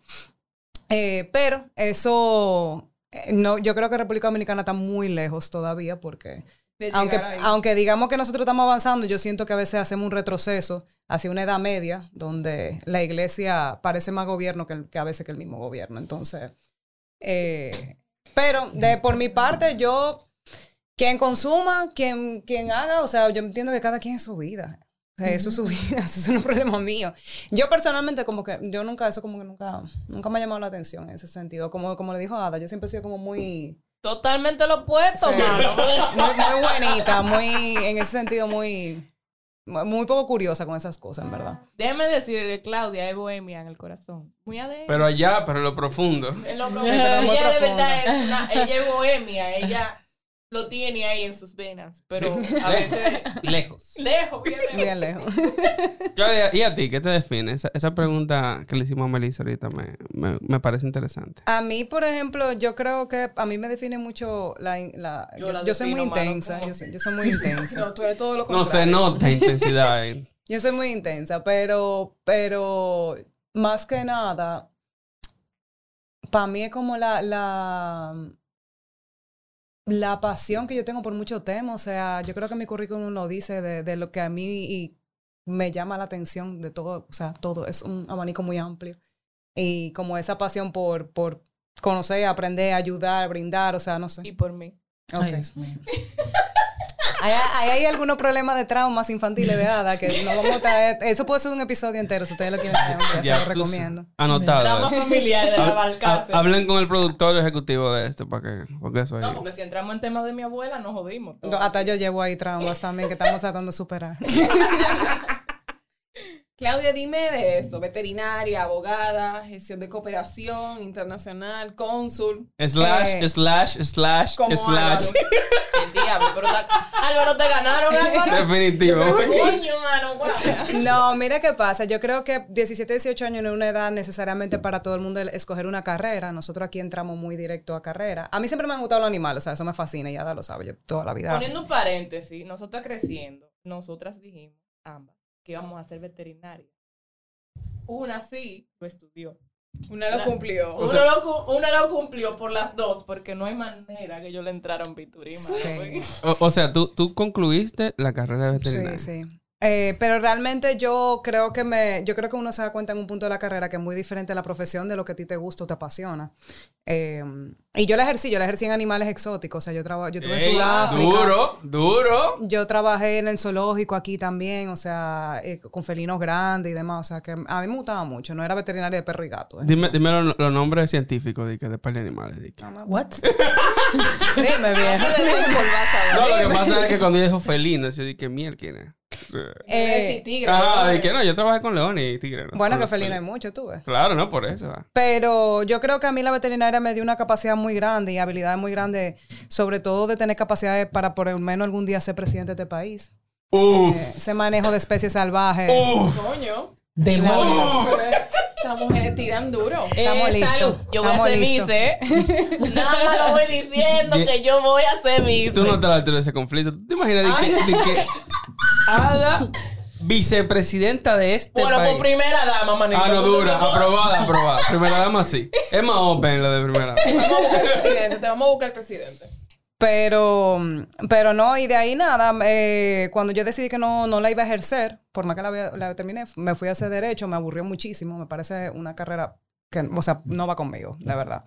[SPEAKER 5] Eh, pero eso, eh, no, yo creo que República Dominicana está muy lejos todavía porque aunque, aunque digamos que nosotros estamos avanzando, yo siento que a veces hacemos un retroceso hacia una edad media donde la iglesia parece más gobierno que, el- que a veces que el mismo gobierno. Entonces, eh, pero de, por mi parte, yo, quien consuma, quien, quien haga, o sea, yo entiendo que cada quien es su vida. O sea, eso es su vida, eso no es un problema mío. Yo personalmente como que, yo nunca, eso como que nunca, nunca me ha llamado la atención en ese sentido. Como, como le dijo Ada, yo siempre he sido como muy...
[SPEAKER 2] Totalmente lo opuesto,
[SPEAKER 5] Sí.
[SPEAKER 2] mano.
[SPEAKER 5] muy, muy buenita, muy, en ese sentido, muy, muy poco curiosa con esas cosas, en verdad.
[SPEAKER 2] Déjeme decir que Claudia es bohemia en el corazón. Muy adentro.
[SPEAKER 3] Pero allá, pero en lo profundo.
[SPEAKER 2] Es lo
[SPEAKER 5] Sí, pero muy
[SPEAKER 2] ella de
[SPEAKER 5] profunda.
[SPEAKER 2] verdad es una, ella es bohemia, ella lo tiene ahí en sus venas, pero a veces
[SPEAKER 3] Lejos.
[SPEAKER 2] lejos, bien lejos.
[SPEAKER 5] Bien lejos.
[SPEAKER 3] Claudia, ¿y a ti qué te define? Esa, esa pregunta que le hicimos a Melissa ahorita me, me- me parece interesante.
[SPEAKER 5] A mí, por ejemplo, yo creo que a mí me define mucho la... la-
[SPEAKER 2] Yo
[SPEAKER 5] yo,
[SPEAKER 2] la
[SPEAKER 5] yo soy muy
[SPEAKER 2] defino, mano,
[SPEAKER 5] intensa,
[SPEAKER 2] ¿cómo?
[SPEAKER 5] yo soy, yo soy muy intensa.
[SPEAKER 4] No, tú eres todo lo
[SPEAKER 3] No
[SPEAKER 4] contrario.
[SPEAKER 3] se nota intensidad ahí.
[SPEAKER 5] Yo soy muy intensa, pero, pero más que nada, para mí es como la, la, la pasión que yo tengo por muchos temas. O sea, yo creo que mi currículum lo dice de, de lo que a mí y me llama la atención de todo. O sea, todo es un abanico muy amplio. Y como esa pasión por, por conocer, aprender, ayudar, brindar, o sea, no sé.
[SPEAKER 2] Y por mí.
[SPEAKER 5] Ok. Hay, hay, hay algunos problemas de traumas infantiles de Ada que no vamos a traer. Eso puede ser un episodio entero, si ustedes lo quieren saber, ya se lo
[SPEAKER 3] tú sí.
[SPEAKER 5] recomiendo.
[SPEAKER 2] Drama
[SPEAKER 3] Anotado.
[SPEAKER 2] familiar de la
[SPEAKER 3] Hab- hab-
[SPEAKER 2] Balcácer.
[SPEAKER 3] Hablen con el productor ejecutivo de esto para que, porque eso es.
[SPEAKER 2] No, porque si entramos en temas de mi abuela, nos jodimos.
[SPEAKER 5] No, Hasta yo llevo ahí traumas también que estamos tratando de superar.
[SPEAKER 4] Claudia, dime de eso. Veterinaria, abogada, gestión de cooperación internacional, cónsul.
[SPEAKER 3] Slash,
[SPEAKER 5] Eh,
[SPEAKER 3] slash, slash,
[SPEAKER 4] como
[SPEAKER 3] slash.
[SPEAKER 2] El diablo, pero ta- Álvaro, te ganaron, Álvaro.
[SPEAKER 3] Definitivo.
[SPEAKER 2] Coño, mano, guau.
[SPEAKER 5] No, mira qué pasa. Yo creo que 17, 18 años no es una edad necesariamente para todo el mundo el- escoger una carrera. Nosotros aquí entramos muy directo a carrera. A mí siempre me han gustado los animales, o sea, eso me fascina y Ada lo sabe, yo toda la
[SPEAKER 3] Ah.
[SPEAKER 5] vida.
[SPEAKER 2] Poniendo un paréntesis, nosotras creciendo, nosotras dijimos, ambas, que íbamos a ser veterinarias. Una sí lo estudió.
[SPEAKER 4] Una lo
[SPEAKER 2] La-
[SPEAKER 4] cumplió.
[SPEAKER 2] Uno, lo, cu- una lo cumplió por las dos, porque no hay manera que yo le entrara un piturín. mano,
[SPEAKER 5] Sí.
[SPEAKER 3] O, o sea, tú, tú concluiste la carrera de veterinario.
[SPEAKER 5] Sí, sí. Eh, pero realmente yo creo que me, yo creo que uno se da cuenta en un punto de la carrera que es muy diferente la profesión de lo que a ti te gusta o te apasiona. Eh, y yo la ejercí, yo la ejercí en animales exóticos. O sea, yo traba, yo estuve en
[SPEAKER 3] Ey,
[SPEAKER 5] Sudáfrica.
[SPEAKER 3] duro, duro.
[SPEAKER 5] Yo trabajé en el zoológico aquí también, o sea, eh, con felinos grandes y demás. O sea, que a mí me gustaba mucho. No era veterinaria de perro y gato. eh.
[SPEAKER 3] Dime, dime los los nombres científicos de, que de par de animales. de que.
[SPEAKER 6] What?
[SPEAKER 5] Dime bien.
[SPEAKER 3] No, lo que pasa es que cuando ella dijo felino, yo dije, miel, ¿quién es?
[SPEAKER 5] Eh,
[SPEAKER 2] sí, tigre.
[SPEAKER 3] Ah, de que no, yo trabajé con leones y tigres. ¿no?
[SPEAKER 5] bueno,
[SPEAKER 3] Con
[SPEAKER 5] que
[SPEAKER 3] los
[SPEAKER 5] felino hay
[SPEAKER 3] felinos.
[SPEAKER 5] mucho, tú ves.
[SPEAKER 3] Claro, no, por eso. ah.
[SPEAKER 5] Pero yo creo que a mí la veterinaria me dio una capacidad muy grande y habilidades muy grandes, sobre todo de tener capacidades para por lo menos algún día ser presidente de este país. Eh,
[SPEAKER 3] Uf,
[SPEAKER 5] Ese manejo de especies salvajes.
[SPEAKER 3] uf.
[SPEAKER 4] Coño.
[SPEAKER 6] Demonios.
[SPEAKER 4] Las mujeres tiran duro.
[SPEAKER 5] Estamos
[SPEAKER 2] Eh,
[SPEAKER 5] listos.
[SPEAKER 2] salud. Yo voy a
[SPEAKER 5] Estamos
[SPEAKER 2] ser
[SPEAKER 5] listos.
[SPEAKER 2] vice. Nada más lo voy diciendo que yo voy a ser vice.
[SPEAKER 3] Tú no estás a la altura de ese conflicto. ¿Tú te imaginas de que, de que Ada, vicepresidenta de este
[SPEAKER 2] bueno,
[SPEAKER 3] país?
[SPEAKER 2] por primera dama, manito.
[SPEAKER 3] Ah, no, dura.
[SPEAKER 2] Tú no-
[SPEAKER 3] Aprobada, aprobada. Primera dama, sí. Es más open la de primera dama.
[SPEAKER 4] Vamos a buscar el presidente. Te vamos a buscar el presidente.
[SPEAKER 5] Pero, pero no, y de ahí nada, eh, cuando yo decidí que no, no la iba a ejercer, por más que la, había- la terminé, me fui a hacer derecho, me aburrió muchísimo, me parece una carrera que, o sea, no va conmigo, la verdad.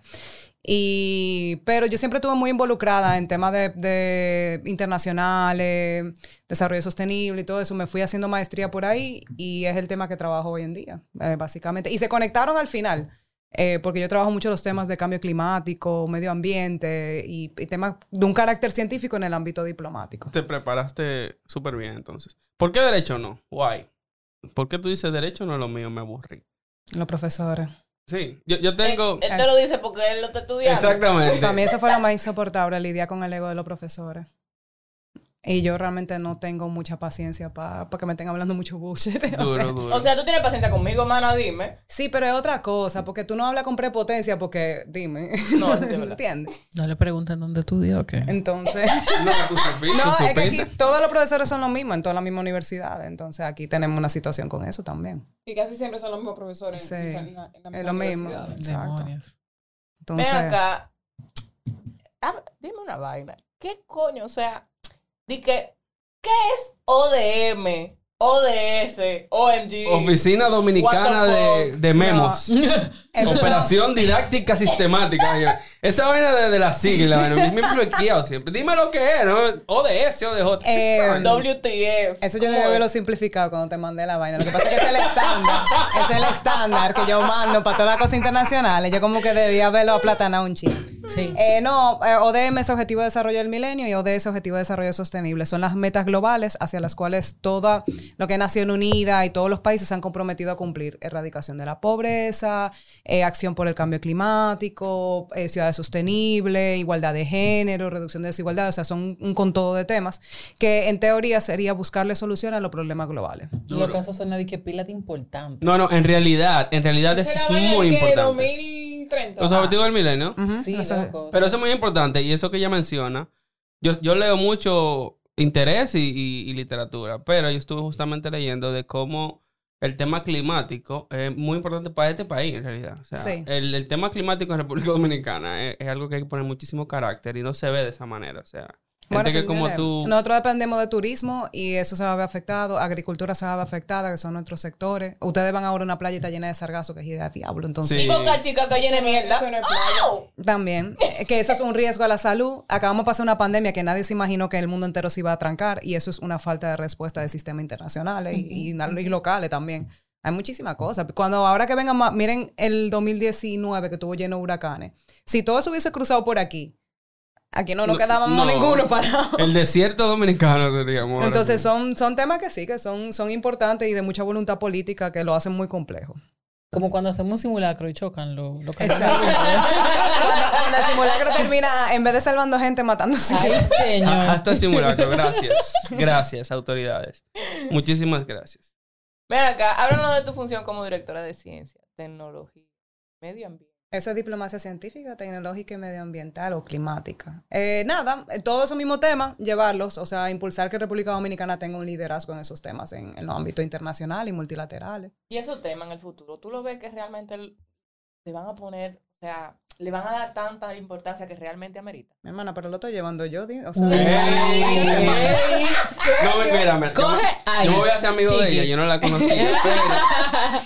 [SPEAKER 5] Y, pero yo siempre estuve muy involucrada en temas de, de internacionales, desarrollo sostenible y todo eso. Me fui haciendo maestría por ahí y es el tema que trabajo hoy en día, eh, básicamente. Y se conectaron al final, eh, porque yo trabajo mucho los temas de cambio climático, medio ambiente y, y temas de un carácter científico en el ámbito diplomático.
[SPEAKER 3] Te preparaste súper bien, entonces. ¿Por qué derecho no? Why? ¿Por qué tú dices derecho no es lo mío? Me aburrí.
[SPEAKER 5] Los profesores.
[SPEAKER 3] Sí, yo, yo tengo...
[SPEAKER 2] Él te lo dice porque él lo está Eh, estudiando.
[SPEAKER 3] Exactamente.
[SPEAKER 5] Para mí eso fue lo más insoportable, lidiar con el ego de los profesores. Y yo realmente no tengo mucha paciencia para que me estén hablando mucho bullshit. o sea,
[SPEAKER 3] Duro, duro.
[SPEAKER 2] O sea, tú tienes paciencia conmigo, mana, dime.
[SPEAKER 5] sí, pero es otra cosa, porque tú no hablas con prepotencia, porque dime.
[SPEAKER 2] No, eso sí es verdad.
[SPEAKER 5] ¿Entiendes?
[SPEAKER 6] No le preguntan dónde estudió o qué.
[SPEAKER 5] Entonces.
[SPEAKER 3] no, tú supiste, tú
[SPEAKER 5] No, es que
[SPEAKER 3] supiste.
[SPEAKER 5] aquí todos los profesores son los mismos en todas las mismas universidades. Entonces aquí tenemos una situación con eso también.
[SPEAKER 4] Y casi siempre son los mismos profesores.
[SPEAKER 5] Sí,
[SPEAKER 4] en la- en la misma
[SPEAKER 5] es lo mismo.
[SPEAKER 4] universidad.
[SPEAKER 5] Exacto.
[SPEAKER 6] Demonios.
[SPEAKER 5] Entonces,
[SPEAKER 2] Ven acá. Ah, dime una vaina. ¿Qué coño? O sea, di que, ¿qué es ODM? ODS, OMG.
[SPEAKER 3] Oficina Dominicana
[SPEAKER 2] What the
[SPEAKER 3] de, de Memos.
[SPEAKER 5] esos son-
[SPEAKER 3] Operación didáctica sistemática. Esa vaina de, de la sigla, bueno, me influenciado siempre. Dime lo que es, ¿no? ODS, ODJ. ¿qué
[SPEAKER 5] Eh,
[SPEAKER 3] saben?
[SPEAKER 2] WTF.
[SPEAKER 5] Eso yo debí haberlo simplificado cuando te mandé la vaina. Lo que pasa es que es el estándar. es el estándar que yo mando para todas las cosas internacionales. Yo como que debía haberlo aplatanado un ching.
[SPEAKER 6] Sí.
[SPEAKER 5] Eh, no, eh, ODM es Objetivo de Desarrollo del Milenio y ODS Objetivo de Desarrollo Sostenible. Son las metas globales hacia las cuales toda lo que es Nación Unida y todos los países se han comprometido a cumplir. Erradicación de la pobreza, eh, acción por el cambio climático, eh, ciudades sostenibles, igualdad de género, reducción de desigualdad. O sea, son un contodo de temas que en teoría sería buscarle solución a los problemas globales.
[SPEAKER 6] Y los casos son de que pila de importante.
[SPEAKER 3] No, no, en realidad, en realidad eso
[SPEAKER 4] Esa
[SPEAKER 3] es
[SPEAKER 4] la vaina
[SPEAKER 3] muy
[SPEAKER 4] de que
[SPEAKER 3] importante.
[SPEAKER 4] 2030.
[SPEAKER 3] Los objetivos del milenio.
[SPEAKER 6] Sí,
[SPEAKER 5] eso es-
[SPEAKER 6] loco.
[SPEAKER 3] Pero eso es muy importante y eso que ella menciona. Yo, yo leo mucho interés y, y- y literatura, pero yo estuve justamente leyendo de cómo el tema climático es muy importante para este país en realidad. O sea,
[SPEAKER 5] Sí.
[SPEAKER 3] el, el tema climático en República Dominicana es, es algo que hay que poner muchísimo carácter y no se ve de esa manera. O sea, gente que
[SPEAKER 5] sí,
[SPEAKER 3] como
[SPEAKER 5] mira,
[SPEAKER 3] tú...
[SPEAKER 5] Nosotros dependemos de turismo y eso se va a ver afectado, agricultura se va a ver afectada, que son nuestros sectores. Ustedes van ahora a una playita llena de sargazo, que es idea diablo, entonces
[SPEAKER 3] Sí.
[SPEAKER 2] Y boca chica que llena de mierda. ¡Oh!
[SPEAKER 4] Eso no es
[SPEAKER 2] ¡Au!
[SPEAKER 5] también, eh, que eso es un riesgo a la salud. Acabamos de pasar una pandemia que nadie se imaginó que el mundo entero se iba a trancar y eso es una falta de respuesta de sistemas internacionales eh, y, y na- y locales también. Hay muchísimas cosas. Cuando ahora que vengan más, miren el 2019 que estuvo lleno de huracanes. Si todo se hubiese cruzado por aquí, aquí no nos
[SPEAKER 3] No,
[SPEAKER 5] quedábamos
[SPEAKER 3] no.
[SPEAKER 5] ninguno parado.
[SPEAKER 3] El desierto dominicano, diríamos. ahora
[SPEAKER 5] Entonces
[SPEAKER 3] mismo.
[SPEAKER 5] son, son temas que sí, que son, son importantes y de mucha voluntad política que lo hacen muy complejo.
[SPEAKER 6] Como cuando hacemos un simulacro y chocan los lo
[SPEAKER 5] cuando, cuando el simulacro termina, en vez de salvando gente, matándose.
[SPEAKER 6] Ay,
[SPEAKER 3] Ah,
[SPEAKER 6] señor.
[SPEAKER 3] Hasta el simulacro, gracias. Gracias, autoridades. Muchísimas gracias.
[SPEAKER 2] Ven acá, háblanos de tu función como directora de ciencia, tecnología, medio ambiente.
[SPEAKER 5] Eso es diplomacia científica, tecnológica y medioambiental o climática. Eh, nada, eh, todos esos mismos temas, llevarlos, o sea, impulsar que República Dominicana tenga un liderazgo en esos temas en, en los ámbitos internacionales y multilaterales.
[SPEAKER 2] Y esos temas en el futuro, ¿tú lo ves que realmente l- le van a poner, o sea, le van a dar tanta importancia que realmente amerita?
[SPEAKER 5] Mi hermana, pero lo estoy llevando yo, di- o sea,
[SPEAKER 3] ¡Ey! No, me- mira, mira.
[SPEAKER 6] Coge
[SPEAKER 3] yo,
[SPEAKER 6] aire,
[SPEAKER 3] yo me voy a ser amigo de
[SPEAKER 6] chiqui.
[SPEAKER 3] ella, yo no la conocía. pero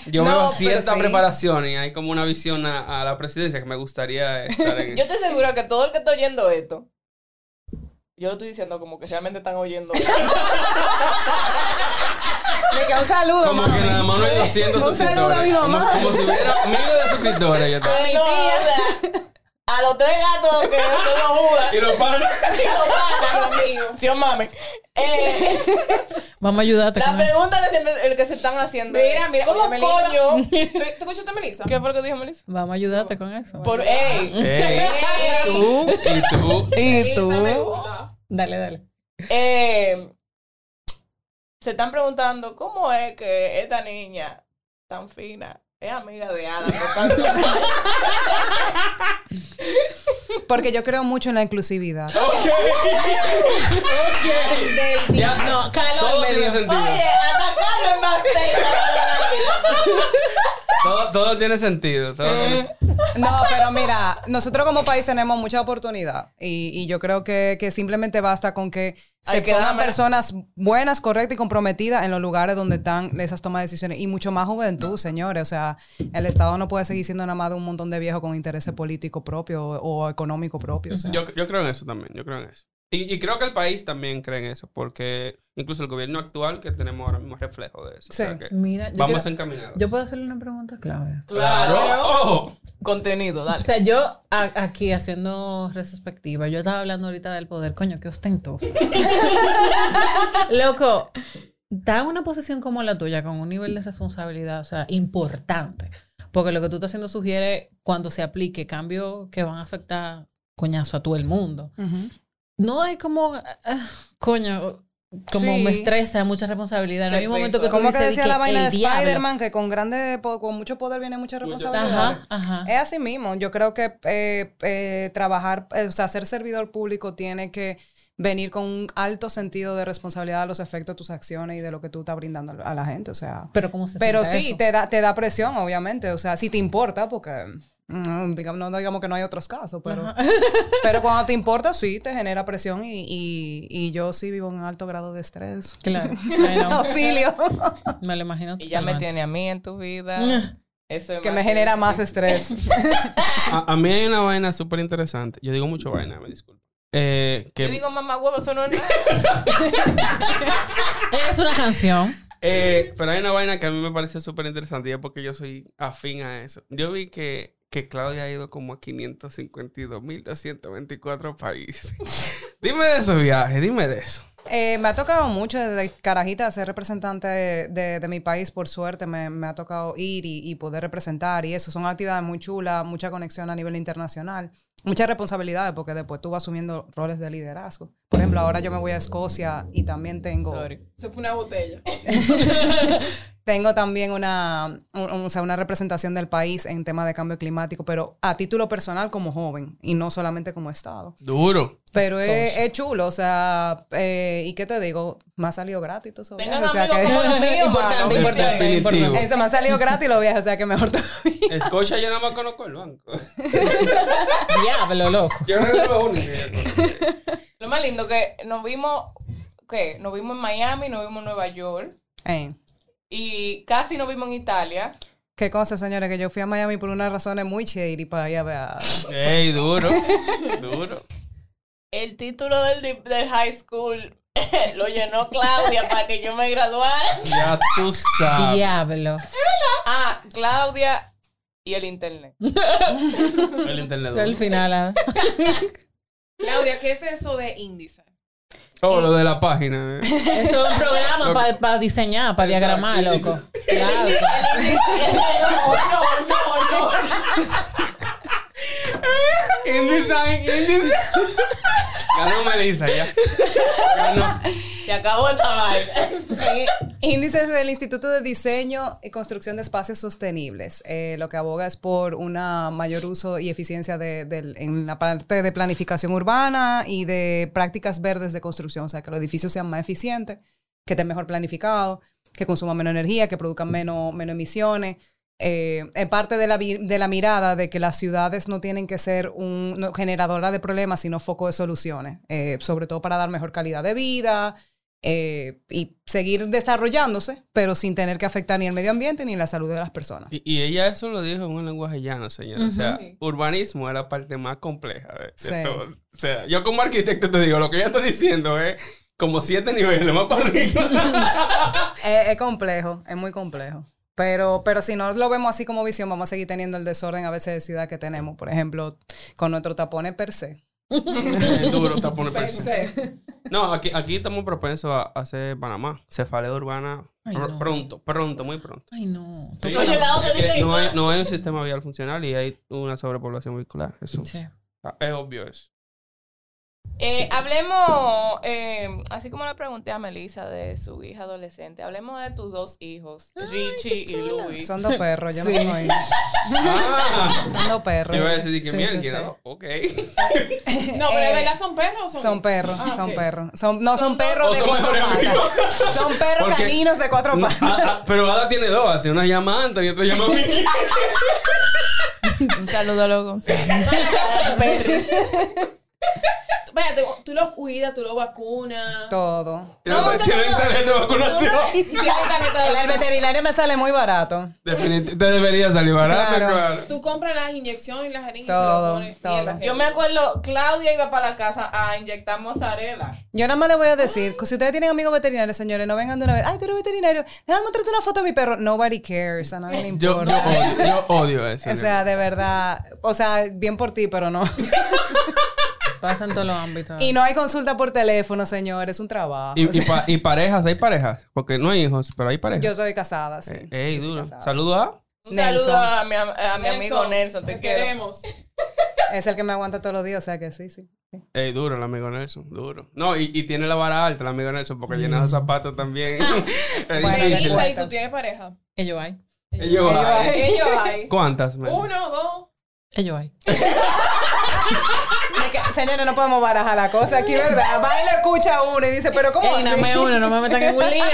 [SPEAKER 3] yo
[SPEAKER 5] No,
[SPEAKER 3] veo
[SPEAKER 5] pero
[SPEAKER 3] cierta
[SPEAKER 5] sí.
[SPEAKER 3] preparación y hay como una visión a, a la presidencia que me gustaría estar en.
[SPEAKER 2] Yo te aseguro que todo el que está oyendo esto, yo lo estoy diciendo como que realmente están oyendo.
[SPEAKER 5] me queda un saludo,
[SPEAKER 3] como que
[SPEAKER 5] mami.
[SPEAKER 3] nada más no hay 200
[SPEAKER 5] Un saludo
[SPEAKER 3] suscriptores.
[SPEAKER 5] a mi mamá.
[SPEAKER 3] Como, como si hubiera miles de suscriptores. yo estaba-
[SPEAKER 2] Pero no, o sea, a los tres gatos que somos judas,
[SPEAKER 3] y lo paran.
[SPEAKER 2] y los panas, amigos. Sí, oh, mami. Eh,
[SPEAKER 6] Vamos a ayudarte.
[SPEAKER 2] la
[SPEAKER 6] con eso.
[SPEAKER 2] pregunta que, siempre- el que se están haciendo
[SPEAKER 4] Mira,
[SPEAKER 2] es,
[SPEAKER 4] mira,
[SPEAKER 2] ¿cómo
[SPEAKER 4] oye, Melissa.
[SPEAKER 2] coño?
[SPEAKER 4] ¿Tú, tú escuchaste, Melissa?
[SPEAKER 2] ¿Qué fue lo que dijo Melissa?
[SPEAKER 6] Vamos a ayudarte con eso.
[SPEAKER 2] Por, ey,
[SPEAKER 3] Ey,
[SPEAKER 2] ey,
[SPEAKER 3] tú y tú.
[SPEAKER 6] ¿Y
[SPEAKER 4] Melissa me gusta.
[SPEAKER 6] Dale, dale.
[SPEAKER 2] Eh, se están preguntando cómo es que esta niña tan fina es amiga de Adam. por tanto tiempo?
[SPEAKER 5] Porque yo creo mucho en la inclusividad.
[SPEAKER 3] Ok. Ok. Ya, no, todo tiene sentido.
[SPEAKER 2] Oye, atacarlo en backstage.
[SPEAKER 3] Todo, todo tiene sentido. todo tiene-
[SPEAKER 5] No, pero mira, nosotros como país tenemos mucha oportunidad y, y yo creo que, que simplemente basta con que
[SPEAKER 2] Hay
[SPEAKER 5] se
[SPEAKER 2] que
[SPEAKER 5] pongan
[SPEAKER 2] darme-
[SPEAKER 5] personas buenas, correctas y comprometidas en los lugares donde están esas tomas de decisiones y mucho más juventud, señores. O sea, el Estado no puede seguir siendo nada más de un montón de viejos con intereses políticos propios o, o económico propio. o sea.
[SPEAKER 3] Yo, yo creo en eso también, yo creo en eso. Y, y creo que el país también cree en eso, porque incluso el gobierno actual que tenemos ahora mismo es reflejo de eso. O sea
[SPEAKER 5] Sí.
[SPEAKER 3] que
[SPEAKER 6] Mira, yo,
[SPEAKER 3] vamos
[SPEAKER 6] quiero-
[SPEAKER 3] encaminados.
[SPEAKER 6] yo puedo hacerle una pregunta, Claudia.
[SPEAKER 3] Claro. ¡Oh! Ojo.
[SPEAKER 2] Contenido,
[SPEAKER 6] O
[SPEAKER 2] dale.
[SPEAKER 6] sea, yo a- aquí haciendo retrospectiva, yo estaba hablando ahorita del poder, coño, qué ostentoso. Loco, da una posición como la tuya con un nivel de responsabilidad, o sea, importante. Porque lo que tú estás haciendo sugiere cuando se aplique cambios que van a afectar coñazo a todo el mundo. No hay como, ah, coño, como
[SPEAKER 5] Sí.
[SPEAKER 6] me estresa, mucha responsabilidad. No hay un momento que tú
[SPEAKER 5] Como que
[SPEAKER 6] dices,
[SPEAKER 5] decía
[SPEAKER 6] di
[SPEAKER 5] la vaina
[SPEAKER 6] el
[SPEAKER 5] de
[SPEAKER 6] diablo.
[SPEAKER 5] Spider-Man, que con grande po- con mucho poder viene mucha responsabilidad.
[SPEAKER 6] Ajá, ajá.
[SPEAKER 5] Es así mismo. Yo creo que eh, eh, trabajar, eh, o sea, ser servidor público tiene que venir con un alto sentido de responsabilidad a los efectos de tus acciones y de lo que tú estás brindando a la gente. O sea,
[SPEAKER 6] Pero cómo se
[SPEAKER 5] pero
[SPEAKER 6] sienta
[SPEAKER 5] sí,
[SPEAKER 6] eso?
[SPEAKER 5] te da, te da presión, obviamente. O sea, si te importa, porque mm, digamos, no digamos que no hay otros casos, pero, pero cuando te importa, sí, te genera presión y, y, y yo sí vivo en alto grado de estrés.
[SPEAKER 6] Claro. Bueno,
[SPEAKER 5] Auxilio.
[SPEAKER 6] me lo imagino.
[SPEAKER 2] Y ya me tiene a mí en tu
[SPEAKER 6] Mm,
[SPEAKER 2] vida. Eso es
[SPEAKER 5] que
[SPEAKER 2] más
[SPEAKER 5] me genera más estrés.
[SPEAKER 3] A, a mí hay una vaina súper interesante. Yo digo mucho vaina, me disculpo. Eh, que,
[SPEAKER 2] Yo digo, mamá huevo, eso no es nada.
[SPEAKER 6] Es una canción.
[SPEAKER 3] eh, pero hay una vaina que a mí me parece súper interesante y es porque yo soy afín a eso. Yo vi que, que Claudia ha ido como a 552.224 países. dime de esos viajes, dime de eso.
[SPEAKER 5] Eh, me ha tocado mucho desde carajita ser representante de, de mi país, por suerte me, me ha tocado ir y, y poder representar y eso. Son actividades muy chulas, mucha conexión a nivel internacional, muchas responsabilidades porque después tú vas asumiendo roles de liderazgo. Por ejemplo, ahora yo me voy a Escocia y también tengo...
[SPEAKER 2] Se fue una botella.
[SPEAKER 5] Tengo también una, un- un- o sea, una representación del país en tema de cambio climático, pero a título personal como joven y no solamente como Estado.
[SPEAKER 3] Duro.
[SPEAKER 5] Pero es, es chulo, o sea, eh, ¿y qué te digo? Me ha salido gratis todo eso.
[SPEAKER 2] Tengan
[SPEAKER 5] o sea,
[SPEAKER 2] amigos
[SPEAKER 5] que-
[SPEAKER 2] como los míos,
[SPEAKER 5] Ah,
[SPEAKER 6] Importante,
[SPEAKER 2] mano.
[SPEAKER 6] importante,
[SPEAKER 3] Definitivo.
[SPEAKER 6] importante.
[SPEAKER 5] Eso me han salido gratis los viajes, o sea que mejor todavía.
[SPEAKER 3] Escocia yo nada más conozco el banco.
[SPEAKER 6] Diablo, loco.
[SPEAKER 3] Yo creo que es lo único que yo conozco.
[SPEAKER 2] Lo más lindo que nos vimos, ¿qué? Nos vimos en Miami, nos vimos en Nueva York
[SPEAKER 5] Ey,
[SPEAKER 2] y casi nos vimos en Italia.
[SPEAKER 5] qué cosa, señores, que yo fui a Miami por unas razones muy chéveres para ir a ver. a-
[SPEAKER 3] Ey, duro. Duro.
[SPEAKER 2] El título del, di- del high school lo llenó Claudia para que yo me graduara.
[SPEAKER 3] Ya tú sabes.
[SPEAKER 6] Diablo.
[SPEAKER 2] Ah, Claudia y el internet.
[SPEAKER 3] El internet.
[SPEAKER 6] Al final. ah.
[SPEAKER 4] Claudia, ¿qué es eso de índice?
[SPEAKER 3] Oh, lo de la página. eh.
[SPEAKER 6] Eso es un programa para diseñar, para diagramar, loco. Claro.
[SPEAKER 2] no, no, no, no.
[SPEAKER 3] InDesign, InDesign. Ganó Melissa ya. Ganó.
[SPEAKER 2] Se acabó esta vaina.
[SPEAKER 5] Eh, Índices del Instituto de Diseño y Construcción de Espacios Sostenibles. Eh, lo que aboga es por una mayor uso y eficiencia de, del- en la parte de planificación urbana y de prácticas verdes de construcción, o sea, que los edificios sean más eficientes, que estén mejor planificados, que consuman menos energía, que produzcan menos, menos emisiones. Eh, es parte de la, vi- de la mirada de que las ciudades no tienen que ser un no, generadora de problemas, sino foco de soluciones, eh, sobre todo para dar mejor calidad de vida, eh, y seguir desarrollándose, pero sin tener que afectar ni el medio ambiente ni la salud de las personas.
[SPEAKER 3] Y, y ella eso lo dijo en un lenguaje llano, señora. O sea, urbanismo es la parte más compleja de, de
[SPEAKER 5] Sí.
[SPEAKER 3] todo. O sea, yo como arquitecto te digo, lo que ella está diciendo es como siete niveles más para arriba.
[SPEAKER 5] Es, es complejo, es muy complejo. Pero, pero si no lo vemos así como visión, vamos a seguir teniendo el desorden a veces de ciudad que tenemos, por ejemplo, con nuestros tapones per se.
[SPEAKER 3] Es duro está por No, aquí, aquí estamos propensos a a hacer Panamá. Cefalea urbana
[SPEAKER 6] Ay,
[SPEAKER 3] pr-
[SPEAKER 6] no.
[SPEAKER 3] pronto, pronto, muy pronto.
[SPEAKER 6] Ay, no.
[SPEAKER 3] Sí.
[SPEAKER 2] Oye, la otra
[SPEAKER 3] Porque
[SPEAKER 2] dice que-
[SPEAKER 3] no, hay, no hay un sistema vial funcional y hay una sobrepoblación vehicular. Eso
[SPEAKER 6] Sí.
[SPEAKER 3] ah, es obvio eso.
[SPEAKER 2] Eh, hablemos, eh, así como le pregunté a Melissa de su hija adolescente, hablemos de tus dos hijos, Richie y Luis.
[SPEAKER 5] Son dos perros, yo no soy.
[SPEAKER 3] Ah,
[SPEAKER 5] Son dos
[SPEAKER 3] yo iba a
[SPEAKER 5] perros.
[SPEAKER 3] decir que
[SPEAKER 6] Sí,
[SPEAKER 3] mierda,
[SPEAKER 6] sí, sí.
[SPEAKER 3] ¿no?
[SPEAKER 4] No,
[SPEAKER 3] ok.
[SPEAKER 4] pero
[SPEAKER 2] Eh,
[SPEAKER 4] de verdad son perros o son.
[SPEAKER 5] Son perros, son
[SPEAKER 4] Ah, ok.
[SPEAKER 5] perros. Son, no, son
[SPEAKER 3] O
[SPEAKER 5] perros de
[SPEAKER 3] son
[SPEAKER 5] cuatro
[SPEAKER 3] mejores amigos.
[SPEAKER 5] patas. Son perros
[SPEAKER 3] Porque-
[SPEAKER 5] caninos de cuatro
[SPEAKER 3] No,
[SPEAKER 5] patas.
[SPEAKER 3] ah, ah, pero Ada tiene dos, así una llama a Anthony y otra llama a mí.
[SPEAKER 2] Un saludo a los González.
[SPEAKER 4] Ah, Espérate, tú los cuidas, tú los vacunas.
[SPEAKER 5] Todo.
[SPEAKER 3] Tiene tiene internet de vacunación.
[SPEAKER 4] Tienes tarjeta de
[SPEAKER 5] El veterinario me sale muy barato.
[SPEAKER 3] Definitivamente te debería salir barato,
[SPEAKER 5] Claro.
[SPEAKER 3] claro.
[SPEAKER 4] Tú compras las inyecciones y las jeringas
[SPEAKER 5] Todo,
[SPEAKER 4] y se las pones.
[SPEAKER 5] todo.
[SPEAKER 4] Mierda,
[SPEAKER 2] Yo me acuerdo, Claudia iba para la casa a inyectar mozzarella.
[SPEAKER 5] Yo nada más le voy a decir, si ustedes tienen amigos veterinarios, señores, no vengan de una vez. Ay, tú eres veterinario. Déjame mostrarte una foto de mi perro. Nobody cares. A nadie le
[SPEAKER 3] Yo, yo,
[SPEAKER 5] importa.
[SPEAKER 3] odio, yo odio eso.
[SPEAKER 5] o sea, de verdad. O sea, bien por ti, pero no.
[SPEAKER 6] Pasa en todos los ámbitos.
[SPEAKER 5] Y no hay consulta por teléfono, señores. Es un trabajo.
[SPEAKER 3] Ah. y, y pa- y parejas, hay parejas. Porque no hay hijos, pero hay parejas.
[SPEAKER 5] Yo soy casada, sí.
[SPEAKER 3] Eh, Ey, duro.
[SPEAKER 5] casada.
[SPEAKER 3] Saludos a.
[SPEAKER 2] Un
[SPEAKER 5] Nelson.
[SPEAKER 2] saludo a mi, am- a mi amigo Nelson, te, quiero.
[SPEAKER 4] queremos.
[SPEAKER 5] Es el que me aguanta todos los días, o sea que sí, sí. sí.
[SPEAKER 3] Ey, duro el amigo Nelson, duro. No, y, y tiene la vara alta el amigo Nelson porque llena
[SPEAKER 5] Mm.
[SPEAKER 3] esos zapatos también. Es
[SPEAKER 2] Bueno,
[SPEAKER 3] difícil.
[SPEAKER 2] Isa, ¿y tú tienes pareja?
[SPEAKER 6] Ellos hay.
[SPEAKER 3] Ellos hay.
[SPEAKER 2] Ellos hay.
[SPEAKER 3] ¿Cuántas? man?
[SPEAKER 2] Uno, dos.
[SPEAKER 6] Ellos hay.
[SPEAKER 5] Es que, señores, no podemos barajar la cosa aquí, ¿verdad? Va y lo escucha a uno y dice, pero ¿cómo
[SPEAKER 6] Ey, dame
[SPEAKER 5] así?
[SPEAKER 6] uno, no me metan en un lío.